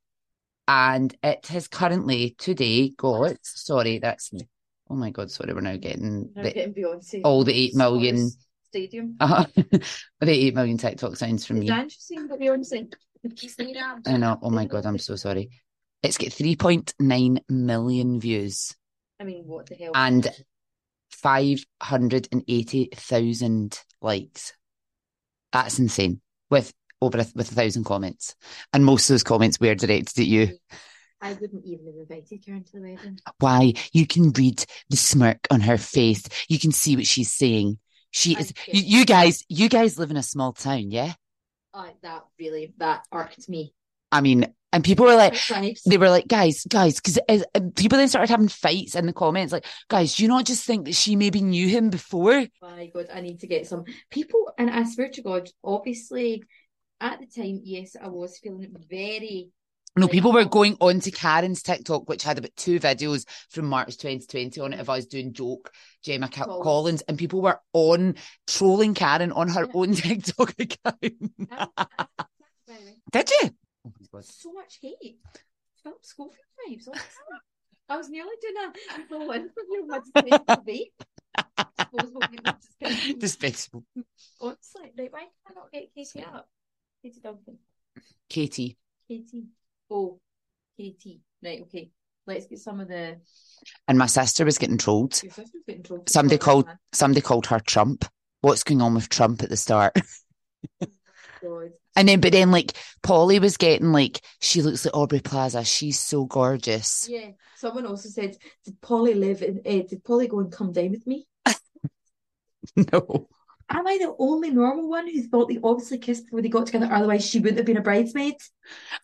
Speaker 1: and it has currently today got. Sorry, that's me. Oh my god, sorry, we're now getting
Speaker 2: Now
Speaker 1: the,
Speaker 2: getting Beyonce.
Speaker 1: all the eight million,
Speaker 2: Scottish Stadium.
Speaker 1: uh, the eight million TikTok sounds from
Speaker 2: Is
Speaker 1: me.
Speaker 2: Ange singing about Beyonce? She's singing about
Speaker 1: I know. Oh my god, I'm so sorry. It's got three point nine million views
Speaker 2: I mean, what the hell?
Speaker 1: and five hundred and eighty thousand likes. That's insane. With over a, with a thousand comments, and most of those comments were directed at you.
Speaker 2: I wouldn't even have invited Karen to the wedding.
Speaker 1: Oh. Why? You can read the smirk on her face. You can see what she's saying. She
Speaker 2: I
Speaker 1: is.
Speaker 2: get
Speaker 1: You,
Speaker 2: it.
Speaker 1: you guys, you guys live in a small town, yeah.
Speaker 2: Uh, that really that irked me.
Speaker 1: I mean, and people were like,
Speaker 2: Stripes.
Speaker 1: Eh, they were like, guys, guys, because people then started having fights in the comments, like, guys, do you not just think that she maybe knew him before?
Speaker 2: oh My God, I need to get some people, and I swear to God, obviously, at the time, yes, I was feeling very.
Speaker 1: No,
Speaker 2: Like-
Speaker 1: people were going on to Karen's TikTok, which had about two videos from March 2020 on it of us doing joke Gemma Ca-
Speaker 2: Collins.
Speaker 1: Collins, and people were on trolling Karen on her
Speaker 2: Yeah.
Speaker 1: own TikTok account.
Speaker 2: I, I, I, by the way,
Speaker 1: Did you? Oh my God.
Speaker 2: so much hate. Philip Schofield vibes. honestly. I was nearly doing a one from your mud's vape. Disposable vape, disposable.
Speaker 1: Dispensable.
Speaker 2: Honestly, right? Why can I not get Katie up? Katie Duncan.
Speaker 1: Katie.
Speaker 2: Katie. Oh, Katie. Right, okay. Let's get some of the.
Speaker 1: And my sister was getting trolled.
Speaker 2: Your sister's getting drunk.
Speaker 1: Somebody called somebody called her Trump. What's going on with Trump at the start?
Speaker 2: God.
Speaker 1: And then but then like Polly was getting like, she looks like Aubrey Plaza. She's so gorgeous.
Speaker 2: Yeah. Someone also said, "Did Polly live in? Uh, did Polly go and come down with me?"
Speaker 1: No.
Speaker 2: Am I the only normal one who thought they obviously kissed before they got together? Otherwise, she wouldn't have been a bridesmaid.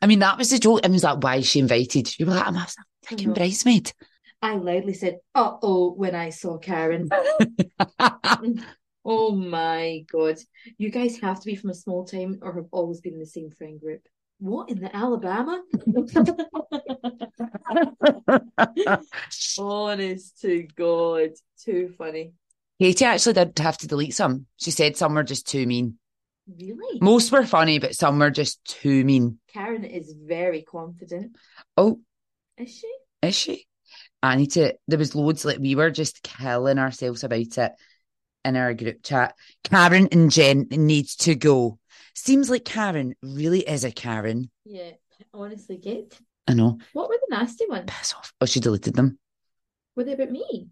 Speaker 1: I mean that was the joke. I was like, why is she invited? You were like, I'm a fucking
Speaker 2: No.
Speaker 1: bridesmaid.
Speaker 2: I loudly said, "Uh oh!" when I saw Karen. oh my god! You guys have to be from a small town or have always been in the same friend group. What in the Alabama? Honest to God, too funny.
Speaker 1: Katie actually did have to delete some. She said some were just too mean.
Speaker 2: Really?
Speaker 1: Most were funny, but some were just too mean.
Speaker 2: Karen is very confident.
Speaker 1: Oh,
Speaker 2: Is she?
Speaker 1: is she? I need to. There was loads like we were just killing ourselves about it in our group chat. Karen and Jen needs to go. Seems like Karen really is a Karen.
Speaker 2: Yeah, honestly, get
Speaker 1: I know.
Speaker 2: what were the nasty ones?
Speaker 1: Piss off. Oh, she deleted them.
Speaker 2: Were they about me?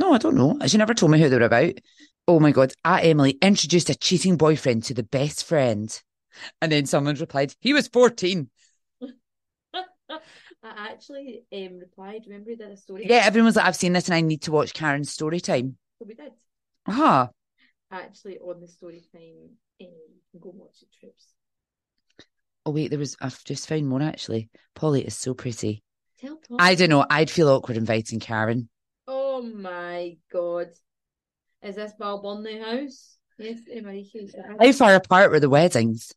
Speaker 1: No, I don't know. She never told me who they were about. Oh my God. At Emily introduced a cheating boyfriend to the best friend. And then someone replied, he was 14.
Speaker 2: I actually um replied. Remember we did a story?
Speaker 1: Yeah, everyone's like, I've seen this and I need to watch Karen's story time.
Speaker 2: So we did
Speaker 1: Ah,
Speaker 2: actually on the story time. Um, you can go and watch it, troops.
Speaker 1: oh wait, there was, I've just found one actually. Polly is so pretty.
Speaker 2: Tell Tom.
Speaker 1: I don't know. I'd feel awkward inviting Karen.
Speaker 2: Oh my god, is this Balbonley house? Yes, eh, Marie.
Speaker 1: How far apart were the weddings?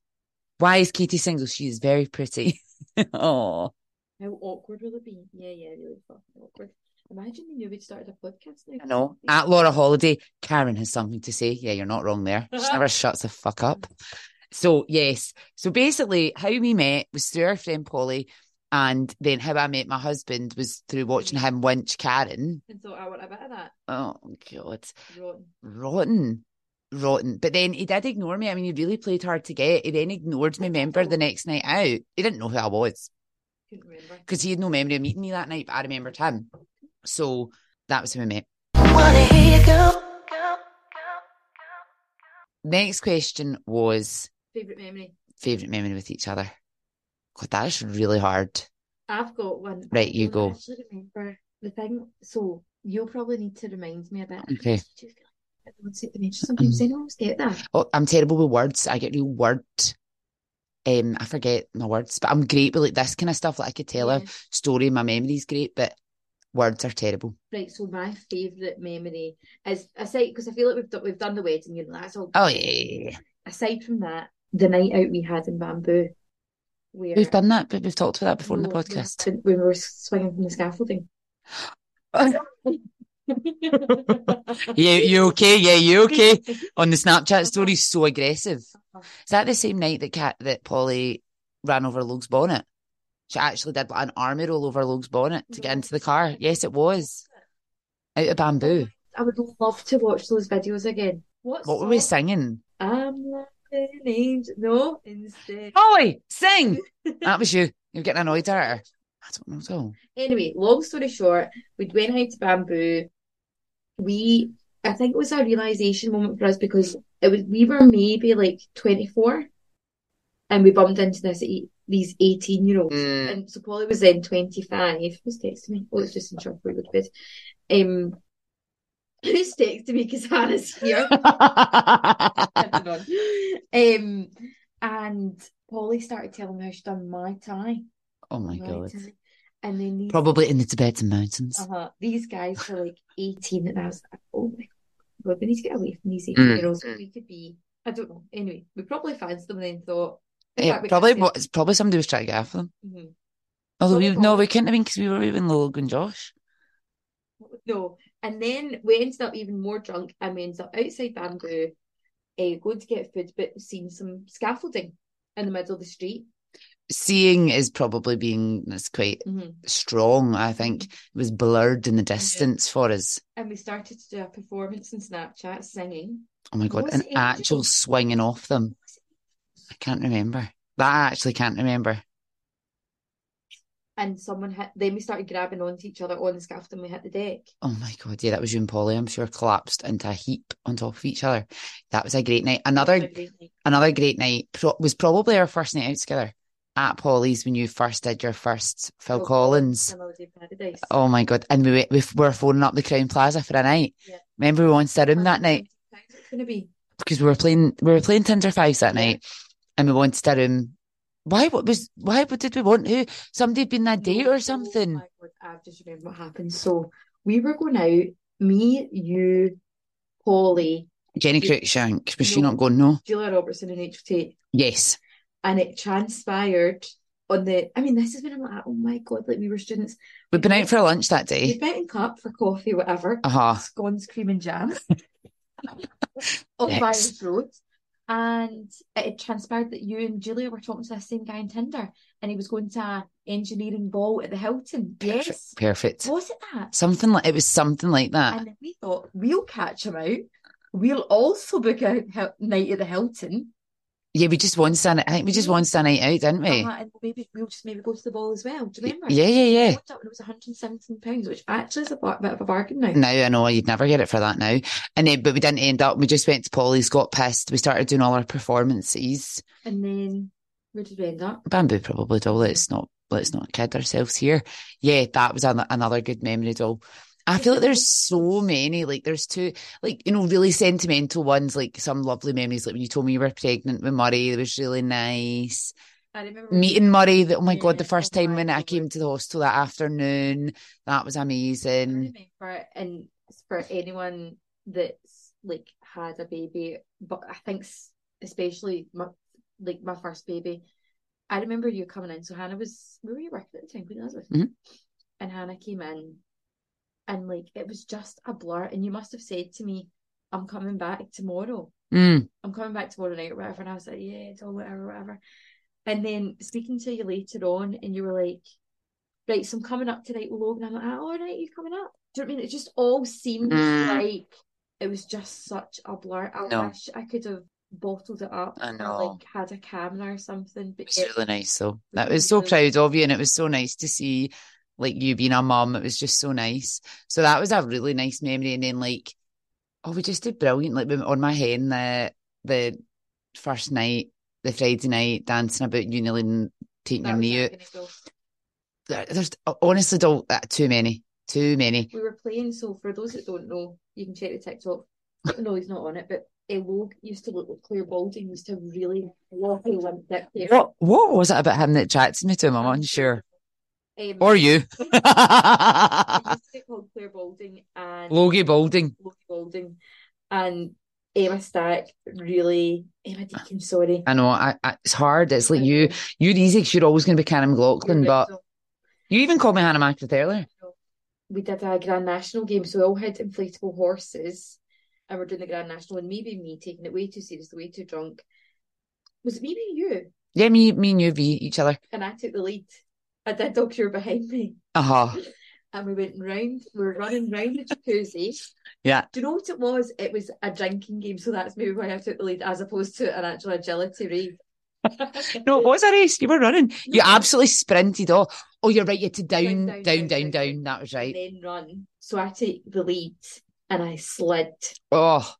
Speaker 1: Why is Katie single? She is very pretty. oh,
Speaker 2: How awkward will it be? Yeah, yeah, really fucking awkward. Imagine they knew we'd started a podcast now.
Speaker 1: I know. At Laura Holiday, Karen has something to say. Yeah, you're not wrong there. She never shuts the fuck up. So, yes. So basically, how we met was through our friend Polly. And then how I met my husband was through watching him winch Karen.
Speaker 2: And so I want a bit of that.
Speaker 1: Oh, God.
Speaker 2: Rotten.
Speaker 1: rotten, rotten. But then he did ignore me. I mean, he really played hard to get. He then ignored me. Remember the next night out, he didn't know who I was
Speaker 2: Couldn't remember.
Speaker 1: because he had no memory of meeting me that night. But I remembered him, so that was who we met.
Speaker 4: Wanna hear you go, go,
Speaker 1: Next question was
Speaker 2: Favourite memory?
Speaker 1: favorite memory with each other. God, that is really hard.
Speaker 2: I've got one.
Speaker 1: Right, you
Speaker 2: I
Speaker 1: go.
Speaker 2: don't actually remember the thing. So you'll probably need to remind me a bit.
Speaker 1: Okay.
Speaker 2: Just feel like Everyone's at the mention. Sometimes they don't always get that.
Speaker 1: Oh, I'm terrible with words. I get real word. Um, I forget my words, but I'm great with like this kind of stuff. Like I could tell a
Speaker 2: Yeah.
Speaker 1: story, my memory's great, but words are terrible.
Speaker 2: Right. So my favourite memory is aside because I feel like we've done we've done the wedding. You know that's all.
Speaker 1: Oh yeah, yeah, yeah.
Speaker 2: Aside from that, the night out we had in Bamboo, where
Speaker 1: We've done that, but we've talked about that before in
Speaker 2: No,
Speaker 1: the
Speaker 2: we
Speaker 1: podcast.
Speaker 2: haven't. when we were swinging from the scaffolding.
Speaker 1: Yeah, you okay? Yeah, you okay? On the Snapchat story, so aggressive. Is that the same night that Cat that Polly ran over Logue's bonnet? She actually did like, an army roll over Logue's bonnet to get into the car. Yes, it was out of bamboo.
Speaker 2: I would love to watch those videos again. What,
Speaker 1: What were we
Speaker 2: song?
Speaker 1: singing?
Speaker 2: I'm like an angel. No, instead.
Speaker 1: Polly, sing. That was you. You're getting annoyed at her. I don't know at all.
Speaker 2: Anyway, long story short, we went out to Bamboo. We, I think it was a realization moment for us because it was we were maybe like 24, and we bumped into this eight, these 18 year olds.
Speaker 1: Mm.
Speaker 2: And so Polly was then 25. Who's texting me? Oh, it's just in short with bed. Um, who's texting me? Because Hannah's here. um, and Polly started telling me how she'd done my tie.
Speaker 1: oh my
Speaker 2: my
Speaker 1: god.
Speaker 2: tie. And then these,
Speaker 1: Probably in the Tibetan mountains.
Speaker 2: uh-huh, these guys were like 18, and I was like, oh my god, we need to get away from these 18
Speaker 1: Mm.
Speaker 2: year olds. We could be, I don't know. Anyway, we probably fancied them and then thought,
Speaker 1: Yeah, probably. what- It's probably somebody was trying to get after them.
Speaker 2: Mhm.
Speaker 1: Although we
Speaker 2: Probably.
Speaker 1: no, we couldn't have been because we were even Logan and Josh.
Speaker 2: No, and then we ended up even more drunk, and we ended up outside Bamboo, uh, going to get food, but seeing some scaffolding in the middle of the street.
Speaker 1: Seeing is probably being that's quite
Speaker 2: Mhm.
Speaker 1: strong. I think it was blurred in the distance for us.
Speaker 2: And we started to do a performance in Snapchat singing.
Speaker 1: Oh my god,
Speaker 2: Was
Speaker 1: an
Speaker 2: it
Speaker 1: actual
Speaker 2: Angel?
Speaker 1: swinging off them. I can't remember. That I actually can't remember.
Speaker 2: And someone hit, then we started grabbing onto each other on the scaffolding. We hit the deck.
Speaker 1: Oh my god, yeah, that was you and Polly. I'm sure collapsed into a heap on top of each other. That was a great night. Another
Speaker 2: Have a great night.
Speaker 1: another great night pro- was probably our first night out together at Polly's when you first did your first Phil
Speaker 2: Phil
Speaker 1: Collins.
Speaker 2: And Melody of Paradise.
Speaker 1: Oh my god! And we went, we were phoning up the Crown Plaza for a night.
Speaker 2: Yeah.
Speaker 1: Remember we wanted a room that night
Speaker 2: It's gonna be
Speaker 1: because we were playing we were playing Tinder Fives that
Speaker 2: Yeah.
Speaker 1: night, and we wanted a room. Why? What was? Why? What did we want? Who? Somebody had been on a date
Speaker 2: No,
Speaker 1: or something.
Speaker 2: Oh my God, I've just remembered what happened. So we were going out, me, you, Polly,
Speaker 1: Jenny Cruikshank was she
Speaker 2: No.
Speaker 1: not going? No.
Speaker 2: Julia Robertson, and H. Tate.
Speaker 1: Yes.
Speaker 2: And it transpired on the, I mean, this is when I'm like, oh my God, like we were students.
Speaker 1: We'd been out for lunch that day.
Speaker 2: We'd met in club for coffee, whatever,
Speaker 1: Uh huh.
Speaker 2: scones, cream, and jam on
Speaker 1: Yes.
Speaker 2: Virus Road. And it had transpired that you and Julia were talking to the same guy on Tinder, and he was going to a engineering ball at the Hilton. Yes.
Speaker 1: Perfect.
Speaker 2: Was it that?
Speaker 1: Something like it was something like that.
Speaker 2: And then we thought we'll catch him out. We'll also book a Hil- night at the Hilton,
Speaker 1: yeah, we just wanted. a- I think we just wanted a night out, didn't we?
Speaker 2: Uh, and maybe we'll just maybe go to the ball as well. Do you remember?
Speaker 1: Yeah, yeah, yeah.
Speaker 2: It was 117 pounds, which actually is a bar- bit of a bargain now.
Speaker 1: now I know you'd never get it for that now. And then, but we didn't end up. We just went to Polly's, got pissed. We started doing all our performances.
Speaker 2: And then where did we end up?
Speaker 1: Bamboo probably doll. Let's not let's not kid ourselves here. Yeah, that was an, another good memory doll. I feel like there's so many. Like there's two, like you know, really sentimental ones. Like some lovely memories. Like when you told me you were pregnant with Murray, it was really nice.
Speaker 2: I remember we-
Speaker 1: Meeting Murray. That, oh my god, the
Speaker 2: Yeah,
Speaker 1: first
Speaker 2: oh
Speaker 1: time
Speaker 2: my
Speaker 1: when I
Speaker 2: God.
Speaker 1: came to the hostel that afternoon, that was
Speaker 2: I
Speaker 1: amazing.
Speaker 2: remember, and for anyone that's like had a baby, but I think s- especially my, like my first baby, I remember you coming in. So Hannah was where were you working at the time, Queen Elizabeth?
Speaker 1: Mhm.
Speaker 2: And Hannah came in, and like it was just a blur. And you must have said to me, "I'm coming back tomorrow.
Speaker 1: Mm.
Speaker 2: I'm coming back tomorrow night, or whatever." And I was like, "Yeah, it's all whatever, whatever." And then speaking to you later on, and you were like, "Right, so I'm coming up tonight, Logan." I'm like, "Ah, "All right, you coming up?" Do you know what I mean? It just all seemed
Speaker 1: Mm.
Speaker 2: like it was just such a blur. I
Speaker 1: No.
Speaker 2: wish I could have bottled it up
Speaker 1: I
Speaker 2: and
Speaker 1: know.
Speaker 2: like had a camera or something. But
Speaker 1: It
Speaker 2: yeah,
Speaker 1: was really nice though. That
Speaker 2: really
Speaker 1: was so
Speaker 2: good.
Speaker 1: proud of you and it was so nice to see like you being a mum. It was just so nice. So that was a really nice memory. And then like, oh, we just did brilliant. Like we were on my hen the the first night, the Friday night, dancing about Unilever and taking
Speaker 2: that
Speaker 1: your
Speaker 2: was
Speaker 1: knee out.
Speaker 2: agony.
Speaker 1: There- There's honestly don't uh, too many. Too many.
Speaker 2: We were playing, so for those that don't know, you can check the TikTok. No, he's not on it, but Elog used to look like Claire Balding used to have really floppy limp dick hair.
Speaker 1: What what was it about him that attracted me to him? I'm
Speaker 2: I'm
Speaker 1: unsure.
Speaker 2: Um,
Speaker 1: Or you.
Speaker 2: it
Speaker 1: Logie
Speaker 2: used to be called Claire Balding and
Speaker 1: Balding.
Speaker 2: Logie Balding and Emma Stack really Emma Deacon, sorry.
Speaker 1: I know. I, I, it's hard. It's like you. You're easy 'cause you're always going to be Karen McLaughlin, but you even called me Hannah Macbeth earlier.
Speaker 2: we did a Grand National game, so we all had inflatable horses, and we're doing the Grand National. And maybe me taking it way too seriously, way too drunk. Was it maybe you?
Speaker 1: Yeah, me, me and you v each other.
Speaker 2: And I took the lead. I did dog you were behind me,
Speaker 1: Uh huh.
Speaker 2: and we went round. We were running round the jacuzzi.
Speaker 1: Yeah.
Speaker 2: Do you know what it was? It was a drinking game, so that's maybe why I took the lead, as opposed to an actual agility raid.
Speaker 1: No, it was a race. You were running. You
Speaker 2: No.
Speaker 1: absolutely sprinted off. Oh, you're right. You had to down,
Speaker 2: down,
Speaker 1: down,
Speaker 2: down,
Speaker 1: down, down.
Speaker 2: down, down.
Speaker 1: That was
Speaker 2: and
Speaker 1: right.
Speaker 2: then run. So I take the lead, and I slid
Speaker 1: Oh,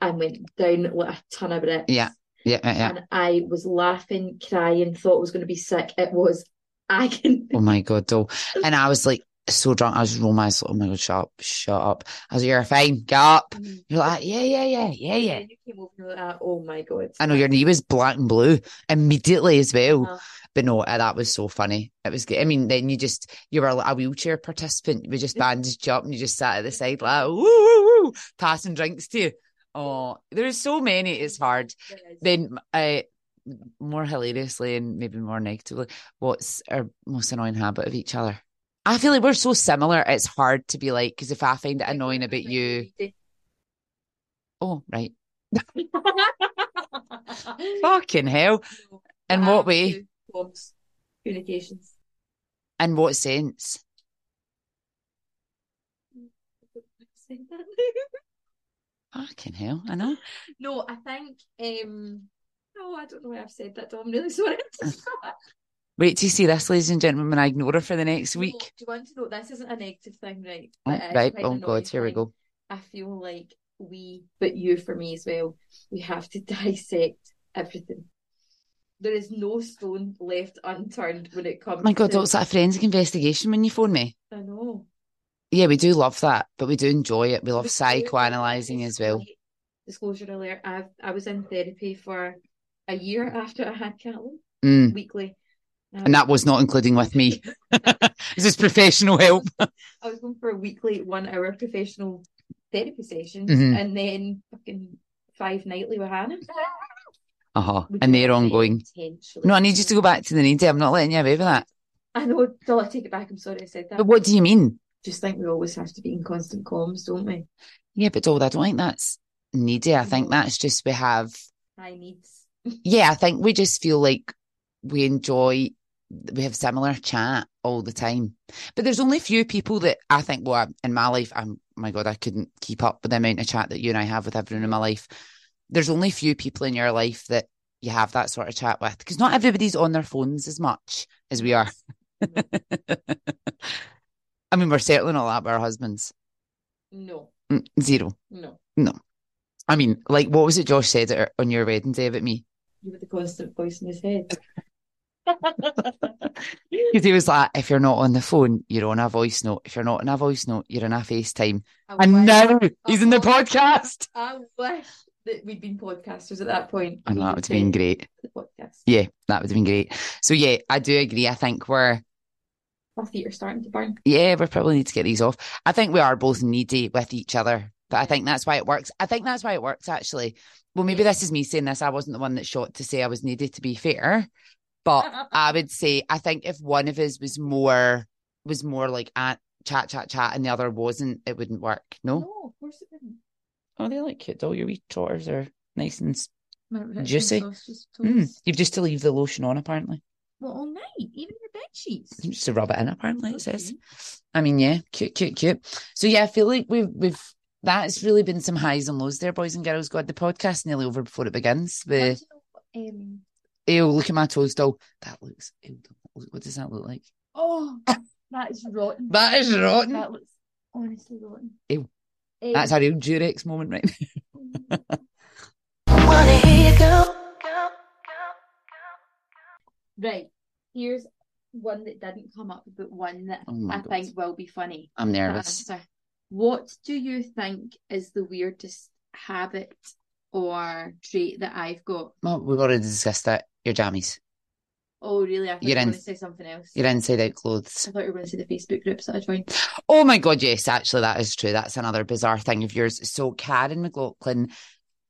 Speaker 2: and went down like a ton of bricks.
Speaker 1: Yeah. yeah, yeah. yeah.
Speaker 2: and I was laughing, crying, thought I was going to be sick. It was agony.
Speaker 1: Oh my god, though. And I was like so drunk. I was rolling my eyes. like, Oh my god, shut up, shut up. I was like, you're fine. Get up.
Speaker 2: And
Speaker 1: You're like, yeah, yeah, yeah, yeah, Oh, yeah.
Speaker 2: then you came over and you were like, that, oh my god.
Speaker 1: I know your knee was black and blue immediately as well.
Speaker 2: Uh-huh.
Speaker 1: But no, uh, that was so funny. It was good. I mean, then you just, you were a wheelchair participant. We just bandaged you up and you just sat at the side, like, woo, woo, woo, passing drinks to you. Oh, there's so many. It's hard. Then, uh, more hilariously and maybe more negatively, what's our most annoying habit of each other? I feel like we're so similar. It's hard to be like, because if I find it annoying about you, oh, right. Fucking hell. In what way?
Speaker 2: Bombs, communications.
Speaker 1: In what sense? Fucking hell. I know.
Speaker 2: no, I think. um Oh, I don't know why I've said that. Dom. I'm really sorry.
Speaker 1: Wait till you see this, ladies and gentlemen, when I ignore her for the next
Speaker 2: No,
Speaker 1: week.
Speaker 2: do you want to know? This isn't a negative thing, right?
Speaker 1: Oh,
Speaker 2: But it is
Speaker 1: right.
Speaker 2: quite an
Speaker 1: Oh,
Speaker 2: annoying
Speaker 1: God. Here we
Speaker 2: thing.
Speaker 1: go.
Speaker 2: I feel like we, but you for me as well, we have to dissect everything. There is no stone left unturned when it comes
Speaker 1: Oh, my God.
Speaker 2: to.
Speaker 1: It's like a forensic investigation when you phone me.
Speaker 2: I know.
Speaker 1: Yeah, we do love that, but we do enjoy it. We love
Speaker 2: But therapy
Speaker 1: psychoanalyzing as
Speaker 2: is
Speaker 1: well.
Speaker 2: great. Disclosure alert, I I was in therapy for a year after I had Catelyn,
Speaker 1: Mm.
Speaker 2: weekly. Um,
Speaker 1: And that was not including with me. this is professional help.
Speaker 2: I was going for a weekly one hour professional therapy sessions
Speaker 1: Mhm.
Speaker 2: and then fucking five nightly with Hannah.
Speaker 1: Uh huh.
Speaker 2: We do
Speaker 1: And they're
Speaker 2: that
Speaker 1: ongoing.
Speaker 2: intentionally.
Speaker 1: No, I need you to go back to the needy. I'm not letting you away with that.
Speaker 2: I know, Doll, I take it back. I'm sorry I said that.
Speaker 1: But what do you mean?
Speaker 2: Just think we always have to be in constant comms, don't we?
Speaker 1: Yeah, but Dold, I don't think that's needy. I think
Speaker 2: No.
Speaker 1: that's just we have
Speaker 2: High needs.
Speaker 1: yeah, I think we just feel like we enjoy, we have similar chat all the time. But there's only a few people that I think, well, I'm- in my life, I'm, my God, I couldn't keep up with the amount of chat that you and I have with everyone in my life. There's only a few people in your life that you have that sort of chat with because not everybody's on their phones as much as we are. I mean, we're certainly not that by our husbands.
Speaker 2: No,
Speaker 1: Mm, Zero.
Speaker 2: no.
Speaker 1: I mean, like, what was it Josh said at- on your wedding day about me?
Speaker 2: You were the constant voice in his head.
Speaker 1: Because he was like, if you're not on the phone, you're on a voice note. If you're not on a voice note, you're on a FaceTime. And
Speaker 2: wish-
Speaker 1: now he's in the
Speaker 2: Uh-huh.
Speaker 1: podcast.
Speaker 2: I wish that we'd been podcasters at that point.
Speaker 1: And
Speaker 2: We
Speaker 1: that would
Speaker 2: would
Speaker 1: have been
Speaker 2: say
Speaker 1: great.
Speaker 2: The podcast.
Speaker 1: Yeah, that would have been great. So yeah, I do agree. I think we're
Speaker 2: My feet are starting to burn.
Speaker 1: yeah, we probably need to get these off. I think we are both needy with each other But I think that's why it works. I think that's why it works actually. Well, maybe this is me saying this. I wasn't the one that shot to say I was needed to be fair. But I would say I think if one of us was more was more like at chat, chat, chat and the other wasn't, it wouldn't work. No?
Speaker 2: No, of course it wouldn't.
Speaker 1: Oh, they look cute though. Your wee trotters are nice and s-
Speaker 2: My original
Speaker 1: Juicy.
Speaker 2: sauce just
Speaker 1: mm.
Speaker 2: toast.
Speaker 1: you've just to leave the lotion on apparently.
Speaker 2: Well, all night, even the bed sheets.
Speaker 1: Just to rub it in apparently it says.
Speaker 2: Okay.
Speaker 1: I mean, yeah, cute, cute, cute. So yeah, I feel like we've we've that's really been some highs and lows there, boys and girls. God, the podcast's nearly over before it begins. The
Speaker 2: Um,
Speaker 1: ew, look at my toes doll. That looks ew, what does that look like?
Speaker 2: oh, that is rotten.
Speaker 1: That is rotten.
Speaker 2: That looks honestly rotten.
Speaker 1: Ew.
Speaker 2: Um,
Speaker 1: That's a real Durex moment right there.
Speaker 4: Wanna hear you go, go, go.
Speaker 2: right. Here's one that didn't come up, but one that
Speaker 1: Oh my
Speaker 2: I
Speaker 1: god.
Speaker 2: think will be funny.
Speaker 1: I'm
Speaker 2: to
Speaker 1: nervous.
Speaker 2: answer. What do you think is the weirdest habit or trait that I've got?
Speaker 1: Well, we've already discussed that. Your jammies.
Speaker 2: Oh, really? I thought you
Speaker 1: You're
Speaker 2: were
Speaker 1: in.
Speaker 2: going to say something else.
Speaker 1: Your inside out clothes.
Speaker 2: I thought you were going to say the Facebook groups that I joined.
Speaker 1: Oh my god, yes, actually that is true. That's another bizarre thing of yours. So Karen McLaughlin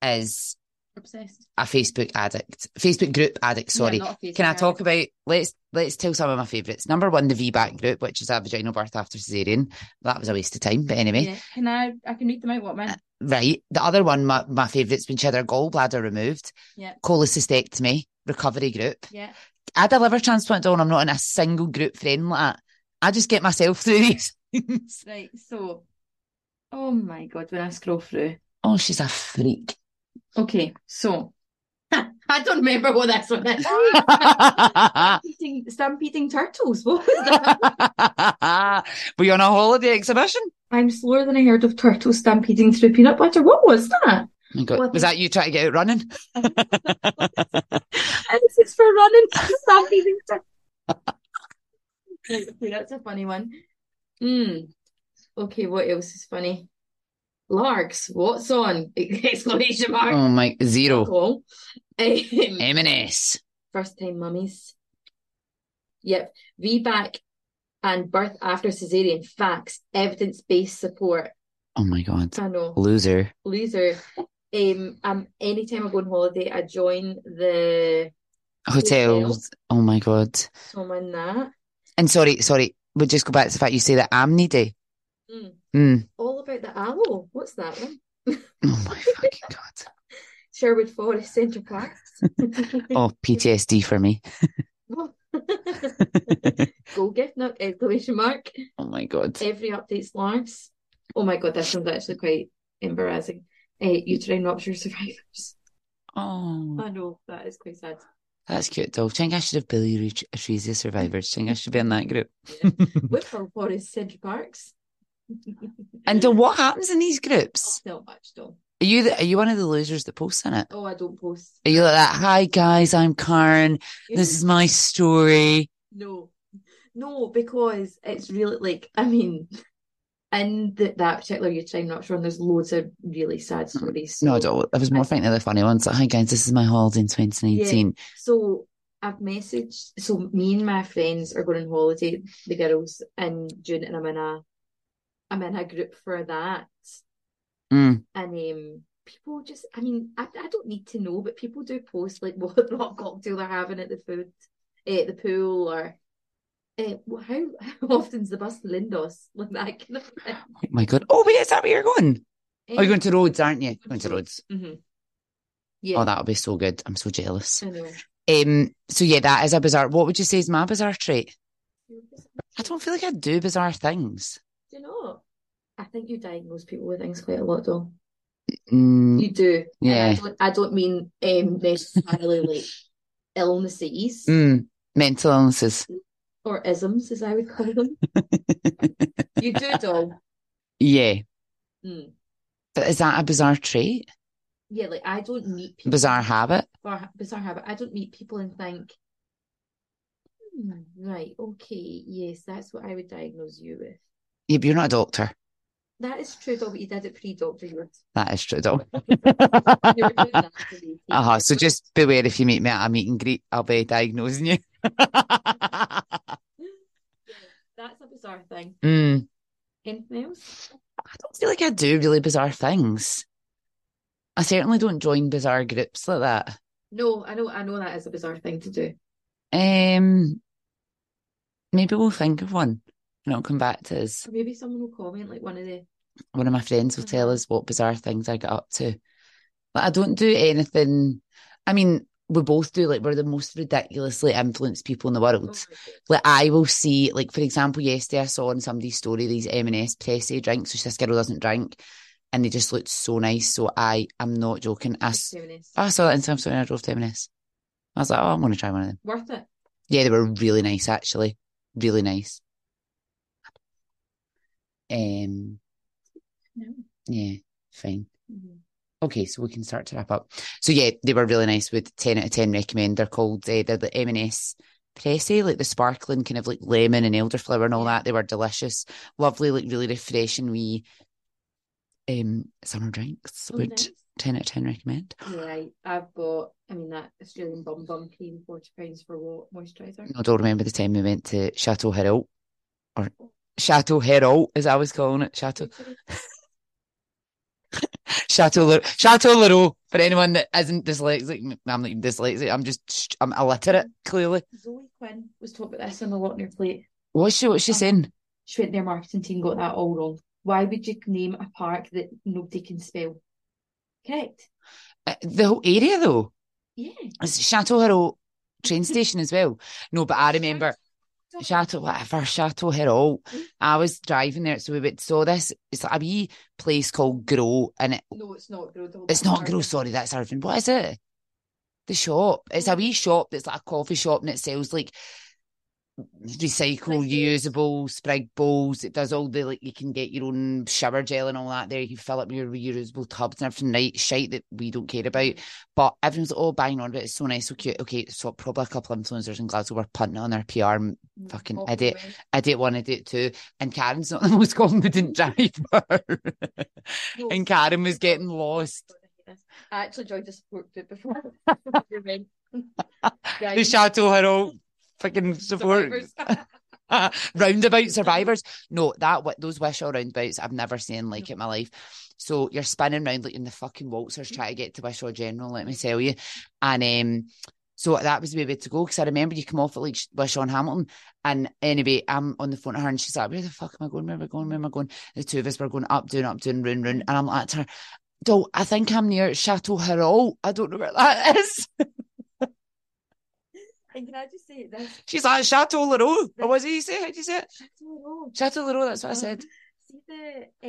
Speaker 1: is
Speaker 2: Obsessed.
Speaker 1: a Facebook addict. Facebook group addict,
Speaker 2: Yeah,
Speaker 1: sorry.
Speaker 2: not a Facebook
Speaker 1: Can I
Speaker 2: habit.
Speaker 1: talk about let's let's tell some of my favourites. Number one, the VBAC group, which is a vaginal birth after cesarean. That was a waste of time, but anyway.
Speaker 2: Yeah. Can I? I can read them out. What
Speaker 1: Uh,
Speaker 2: man?
Speaker 1: Right. The other one, my, my favourite's been cheddar gallbladder removed.
Speaker 2: Yeah.
Speaker 1: Cholecystectomy, recovery group.
Speaker 2: Yeah.
Speaker 1: I had a liver transplant on, I'm not in a single group friend like that. I just get myself through these things.
Speaker 2: Right. So, oh my god, when I scroll through.
Speaker 1: Oh, she's a freak.
Speaker 2: Okay. So, I don't remember what that's one is. Stampeding, stampeding turtles. What was that?
Speaker 1: Were you on a holiday exhibition?
Speaker 2: I'm slower than a herd of turtles stampeding through peanut butter. What was that?
Speaker 1: Oh my God.
Speaker 2: Well,
Speaker 1: Was that you trying to get out running?
Speaker 2: this is for running. stampeding turtles. okay, that's a funny one. Mm. Okay, what else is funny? Largs, what's on? Exclamation mark.
Speaker 1: Oh my zero.
Speaker 2: Cool. Um,
Speaker 1: M&S.
Speaker 2: first time mummies. Yep. VBAC and birth after cesarean facts, evidence based support.
Speaker 1: Oh my god.
Speaker 2: I know.
Speaker 1: Loser.
Speaker 2: Loser. Um, um anytime I go on holiday, I join the
Speaker 1: Hotels. Oh my god.
Speaker 2: someone that.
Speaker 1: And sorry, sorry. We'll just go back to the fact you say that I'm needy.
Speaker 2: Mm.
Speaker 1: Mm.
Speaker 2: All about the aloe. What's that one?
Speaker 1: Oh my fucking god.
Speaker 2: Sherwood Forest Centre Park.
Speaker 1: Oh, PTSD for me.
Speaker 2: Go gift nook exclamation mark.
Speaker 1: Oh my god.
Speaker 2: Every update's Lars. Oh my god, this one's actually quite embarrassing. Uh, uterine rupture survivors.
Speaker 1: Oh,
Speaker 2: I know that is quite sad.
Speaker 1: that's cute though. Think I should have Billy Atresia survivors. Think I should be in that group.
Speaker 2: Whitford Forest Central Parks.
Speaker 1: And uh, what happens in these groups?
Speaker 2: Not much, though.
Speaker 1: Are you the, are you one of the losers that posts in it?
Speaker 2: Oh, I don't post.
Speaker 1: Are you like that? Hi guys, I'm Karen. This is my story.
Speaker 2: no, no, because it's really like I mean, in the, that particular uterine rupture, one, there's loads of really sad stories.
Speaker 1: Hmm. No, I
Speaker 2: So-
Speaker 1: don't. I was more thinking of the funny ones. Like, hi guys, this is my holiday in 2019.
Speaker 2: So I've messaged. So me and my friends are going on holiday, the girls in June, and I'm in a, I'm in a group for that.
Speaker 1: Mm.
Speaker 2: And um, people just, I mean, I, I don't need to know, but people do post like what, what cocktail they're having at the food, at the pool, or eh, wh- how how often's the bus to Lindos like that kind of thing.
Speaker 1: Oh my god. Oh wait, is that where you're going? Oh, you're going to Rhodes, aren't you? Going to Rhodes.
Speaker 2: hmm Yeah,
Speaker 1: Oh, that'll be so good. I'm so jealous.
Speaker 2: I know.
Speaker 1: Um, so yeah, that is a bizarre. What would you say is my bizarre trait? I don't feel like I do bizarre things.
Speaker 2: Do you know? I think you diagnose people with things quite a lot, though.
Speaker 1: Mm,
Speaker 2: You do. And I
Speaker 1: Yeah.
Speaker 2: don't, I don't mean um, necessarily like illnesses
Speaker 1: mm, mental illnesses.
Speaker 2: or isms, as I would call them. You do, doll.
Speaker 1: yeah,
Speaker 2: Mm.
Speaker 1: but is that a bizarre trait?
Speaker 2: Yeah, like I don't meet people.
Speaker 1: Bizarre habit?
Speaker 2: Bar- bizarre habit. I don't meet people and think, hmm, right, okay, yes, that's what I would diagnose you with.
Speaker 1: Yeah, but you're not a doctor.
Speaker 2: That is true, though, but you did it pre-doctor. You were,
Speaker 1: That is true, though.
Speaker 2: you were doing that to me.
Speaker 1: Uh huh. So just beware if you meet me at a meet and greet, I'll be diagnosing you.
Speaker 2: That's a bizarre thing.
Speaker 1: mm.
Speaker 2: Anything else?
Speaker 1: I don't feel like I do really bizarre things. I certainly don't join bizarre groups like that.
Speaker 2: No, I know, I know that is a bizarre thing to do.
Speaker 1: Um, maybe we'll think of one and it'll come back to us.
Speaker 2: Or maybe someone will comment, like one of the
Speaker 1: One of my friends will tell us what bizarre things I get up to. But I don't do anything. I mean, we both do. Like we're the most ridiculously influenced people in the
Speaker 2: oh my
Speaker 1: world.
Speaker 2: God.
Speaker 1: like I will see, like for example, yesterday I saw on somebody's story these M and S pressy drinks, which this girl doesn't drink, and they just looked so nice. So I, I'm not joking. I, s-
Speaker 2: Feminist.
Speaker 1: I saw that in Samsung and I drove to M and S. I was like, oh, I'm gonna try one of them.
Speaker 2: worth it.
Speaker 1: Yeah, they were really nice actually, really nice. Um,
Speaker 2: No.
Speaker 1: yeah, fine.
Speaker 2: Mhm.
Speaker 1: Okay, so we can start to wrap up. So yeah, they were really nice. With ten out of ten recommend. They're called uh, they're the M and S Pressy, like the sparkling kind of like lemon and elderflower and all that. They were delicious, lovely, like really refreshing wee um summer drinks.
Speaker 2: Oh,
Speaker 1: Would
Speaker 2: nice.
Speaker 1: ten out of ten recommend?
Speaker 2: Right, I've got. I mean that Australian bum bum cream, forty pounds for what moisturiser?
Speaker 1: I don't remember the time we went to Chateau Herald or Chateau Herald, as I was calling it, Chateau Chateau Le- Chateau Leroux. For anyone that isn't dyslexic, I'm not even dyslexic. I'm just I'm illiterate. Clearly,
Speaker 2: Zoe Quinn was talking about this on the Lot on Your Plate.
Speaker 1: what's she what's she
Speaker 2: Oh.
Speaker 1: saying?
Speaker 2: She went their marketing team got that all wrong. Why would you name a park that nobody can spell? Correct.
Speaker 1: Uh, the whole area though.
Speaker 2: Yeah.
Speaker 1: It's Chateau Herald train station as well. No, but I remember Chateau whatever, Chateau Herald. I was driving there, so we went saw this. It's like a wee place called Grow and it,
Speaker 2: No, it's not Grow. Don't-
Speaker 1: it's not Grow, sorry, that's Irvine. What is it? The shop. It's a wee shop that's like a coffee shop and it sells like recycle,
Speaker 2: Like these.
Speaker 1: reusable sprig bowls. It does all the like you can get your own shower gel and all that there. You fill up your reusable tubs and everything right, shite that we don't care about. But everyone's all banging on about it. It's so nice, so cute. Okay, so probably a couple of influencers in Glasgow were punting on their PR. Fucking
Speaker 2: Off
Speaker 1: idiot.
Speaker 2: we went.
Speaker 1: I did one, I did two. And Karen's not the most confident driver.
Speaker 2: No,
Speaker 1: and Karen was getting lost.
Speaker 2: I actually joined a support group before. we went.
Speaker 1: The Chateau Herald fucking support
Speaker 2: Survivors.
Speaker 1: roundabout survivors. No, that what those wish all roundabouts I've never seen like it in my life. So you're spinning round like in the fucking waltzers trying to get to Wishaw General, let me tell you. And um so that was the way we had to go because I remember you come off at like Sh- Wishaw and Hamilton. And anyway, I'm on the phone to her and she's like, Where the fuck am I going? Where am I going? Where am I going? The two of us were going up, down, up, down, round, round. And I'm like to her, Doll, I think I'm near Chateau Herald. I don't know where that is.
Speaker 2: And can I just say this?
Speaker 1: She's like Chateau Leroux. Or was it you say? How do you say it?
Speaker 2: Chateau
Speaker 1: Chateau Leroux, that's what I said.
Speaker 2: See the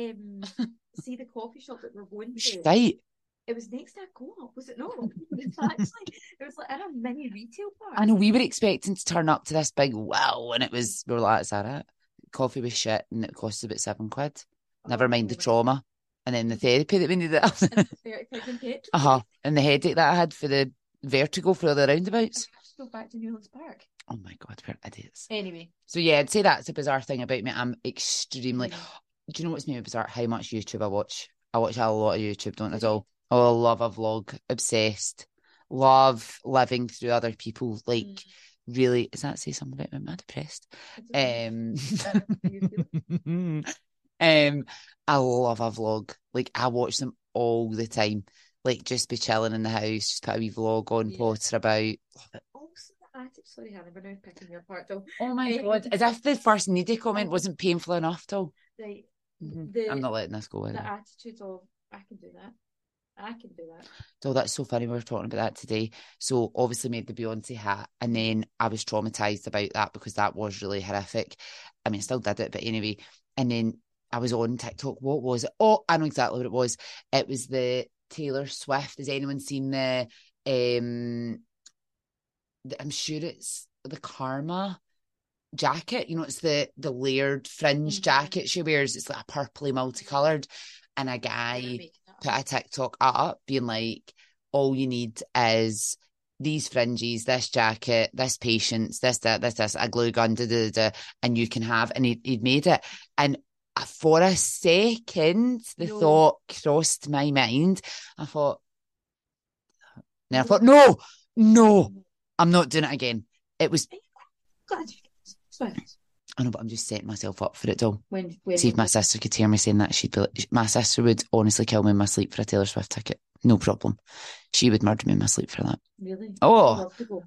Speaker 2: um, see the coffee shop that we're going to.
Speaker 1: Shite.
Speaker 2: It was next to a co-op, was it not? It's actually, it was like in a mini retail park.
Speaker 1: I know we were expecting to turn up to this big wow, and it was we were like, "Is that it?" Coffee was shit, and it cost about seven quid.
Speaker 2: Oh,
Speaker 1: Never mind the trauma, and then the therapy that we needed, uh huh, and the headache that I had for the vertigo for all the roundabouts.
Speaker 2: Go back to Newlands Park.
Speaker 1: Oh my god, we're idiots.
Speaker 2: Anyway,
Speaker 1: So yeah, I'd say that's a bizarre thing about me. I'm extremely.
Speaker 2: yeah.
Speaker 1: Do you know what's made me bizarre? How much YouTube I watch. I watch a lot of YouTube, don't I?
Speaker 2: Do you?
Speaker 1: Doll? Oh, I love a vlog. Obsessed. Love living through other people. Like, really, does that say something about me? Am I depressed?
Speaker 2: Mm, I don't know.
Speaker 1: Um,
Speaker 2: you
Speaker 1: um, I love a vlog. Like I watch them all the time. Like just be chilling in the house, just put a wee vlog on,
Speaker 2: Yeah.
Speaker 1: potter about.
Speaker 2: also, the attic. Sorry, Hannah, we're now picking your part though.
Speaker 1: Oh my
Speaker 2: Eh.
Speaker 1: god! As if the first needy comment wasn't painful enough, though.
Speaker 2: Right,
Speaker 1: Mhm.
Speaker 2: the
Speaker 1: I'm not letting this go.
Speaker 2: the
Speaker 1: Either.
Speaker 2: attitude of I can do that. I can do that.
Speaker 1: Oh, that's so funny. We were talking about that today. So obviously made the Beyonce hat, and then I was traumatized about that because that was really horrific. I mean, still did it, but anyway. And then I was on TikTok. What was it? Oh, I know exactly what it was. It was the Taylor Swift. Has anyone seen the? um the- I'm sure it's the Karma jacket. You know, it's the the layered fringe
Speaker 2: Mhm.
Speaker 1: jacket she wears. It's like a purpley, multicolored, and a guy
Speaker 2: We're making that
Speaker 1: put
Speaker 2: up.
Speaker 1: a TikTok up being like, all you need is these fringes, this jacket, this patience, this, that, this, this, a glue gun, da, da, da, da, and you can have. And he'd, he'd made it. And I- for a second, the
Speaker 2: No.
Speaker 1: thought crossed my mind. I thought, and I thought, no, Oh! no, I'm not doing it again. It was
Speaker 2: Glad you. Swift.
Speaker 1: I know, but I'm just setting myself up for it, Dom.
Speaker 2: When when
Speaker 1: See if my sister could hear me saying that, she'd be like, my sister would honestly kill me in my sleep for a Taylor Swift ticket. No problem. She would murder me in my sleep for that.
Speaker 2: really
Speaker 1: Oh,
Speaker 2: Love to go.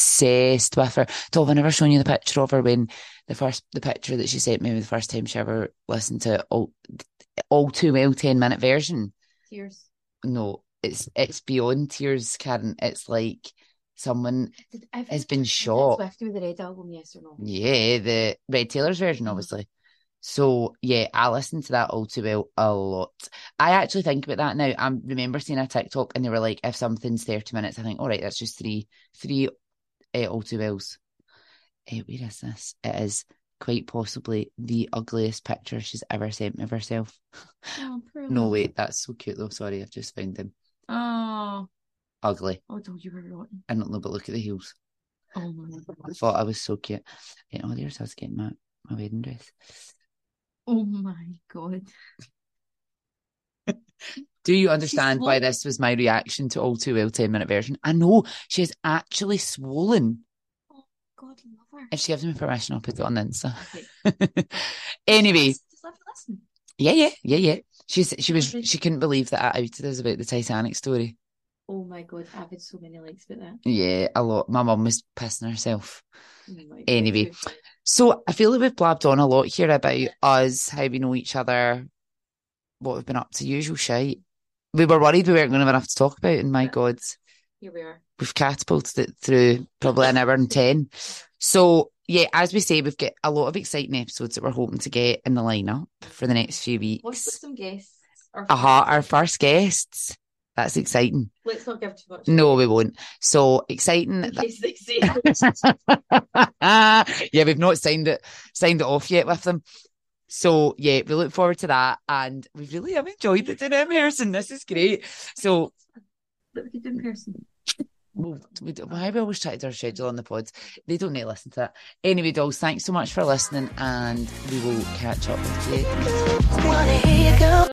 Speaker 1: obsessed with her. Dom, I never shown you the picture of her when the first the picture that she sent me the first time she ever listened to all all too well ten minute version.
Speaker 2: tears.
Speaker 1: No, it's it's beyond tears, Karen. It's like someone
Speaker 2: Did everyone
Speaker 1: has been shot.
Speaker 2: shot. Swift with the red album, yes or no?
Speaker 1: Yeah, the Red Taylor's version,
Speaker 2: Mhm.
Speaker 1: obviously. So yeah, I listen to that all too well a lot. I actually think about that now. I remember seeing a TikTok and they were like, if something's thirty minutes, I think, all right, that's just three, three, uh, all too wells. Uh, where is this? It is quite possibly the ugliest picture she's ever sent me of herself.
Speaker 2: Oh, poor
Speaker 1: No
Speaker 2: love.
Speaker 1: wait, that's so cute though. Sorry, I've just found them
Speaker 2: Oh,
Speaker 1: ugly.
Speaker 2: oh, no, you were rotten.
Speaker 1: And look, but look at the heels.
Speaker 2: Oh my
Speaker 1: I
Speaker 2: god.
Speaker 1: thought I was so cute. Yeah, oh, there's us getting my my wedding dress.
Speaker 2: Oh my god.
Speaker 1: Do you understand why
Speaker 2: swollen.
Speaker 1: this was my reaction to all too well 10 minute version? I know she is actually swollen.
Speaker 2: God love her.
Speaker 1: If she gives me permission, I'll put it on the Insta.
Speaker 2: Okay.
Speaker 1: anyway,
Speaker 2: Just- just let me listen.
Speaker 1: yeah, yeah, yeah, yeah. She's she was
Speaker 2: Avid.
Speaker 1: she couldn't believe that I outed us about the Titanic story.
Speaker 2: Oh my god, I've had so many likes about that.
Speaker 1: Yeah, a lot. My mum was pissing herself.
Speaker 2: Oh my God,
Speaker 1: Anyway.
Speaker 2: good for you.
Speaker 1: So I feel like we've blabbed on a lot here about us, how we know each other, what we've been up to, usual shite. We were worried we weren't going to have enough to talk about, and my God.
Speaker 2: Here we are.
Speaker 1: we've catapulted it through probably an hour and 10. So, yeah, as we say, we've got a lot of exciting episodes that we're hoping to get in the lineup for the next few
Speaker 2: Let's put
Speaker 1: weeks.
Speaker 2: some guests. Or-
Speaker 1: Aha, our first guests. That's exciting.
Speaker 2: Let's not give too much.
Speaker 1: No, we won't. So exciting.
Speaker 2: In case they say
Speaker 1: yeah, we've not signed it signed it off yet with them. So yeah, we look forward to that and we really have enjoyed it today, Harrison. This is great. So
Speaker 2: that we could do in person.
Speaker 1: Well, we, d- why we always try to do our schedule on the pods? They don't need to listen to that. Anyway, dolls, thanks so much for listening, and we will catch up with you.
Speaker 4: Wanna hear you go.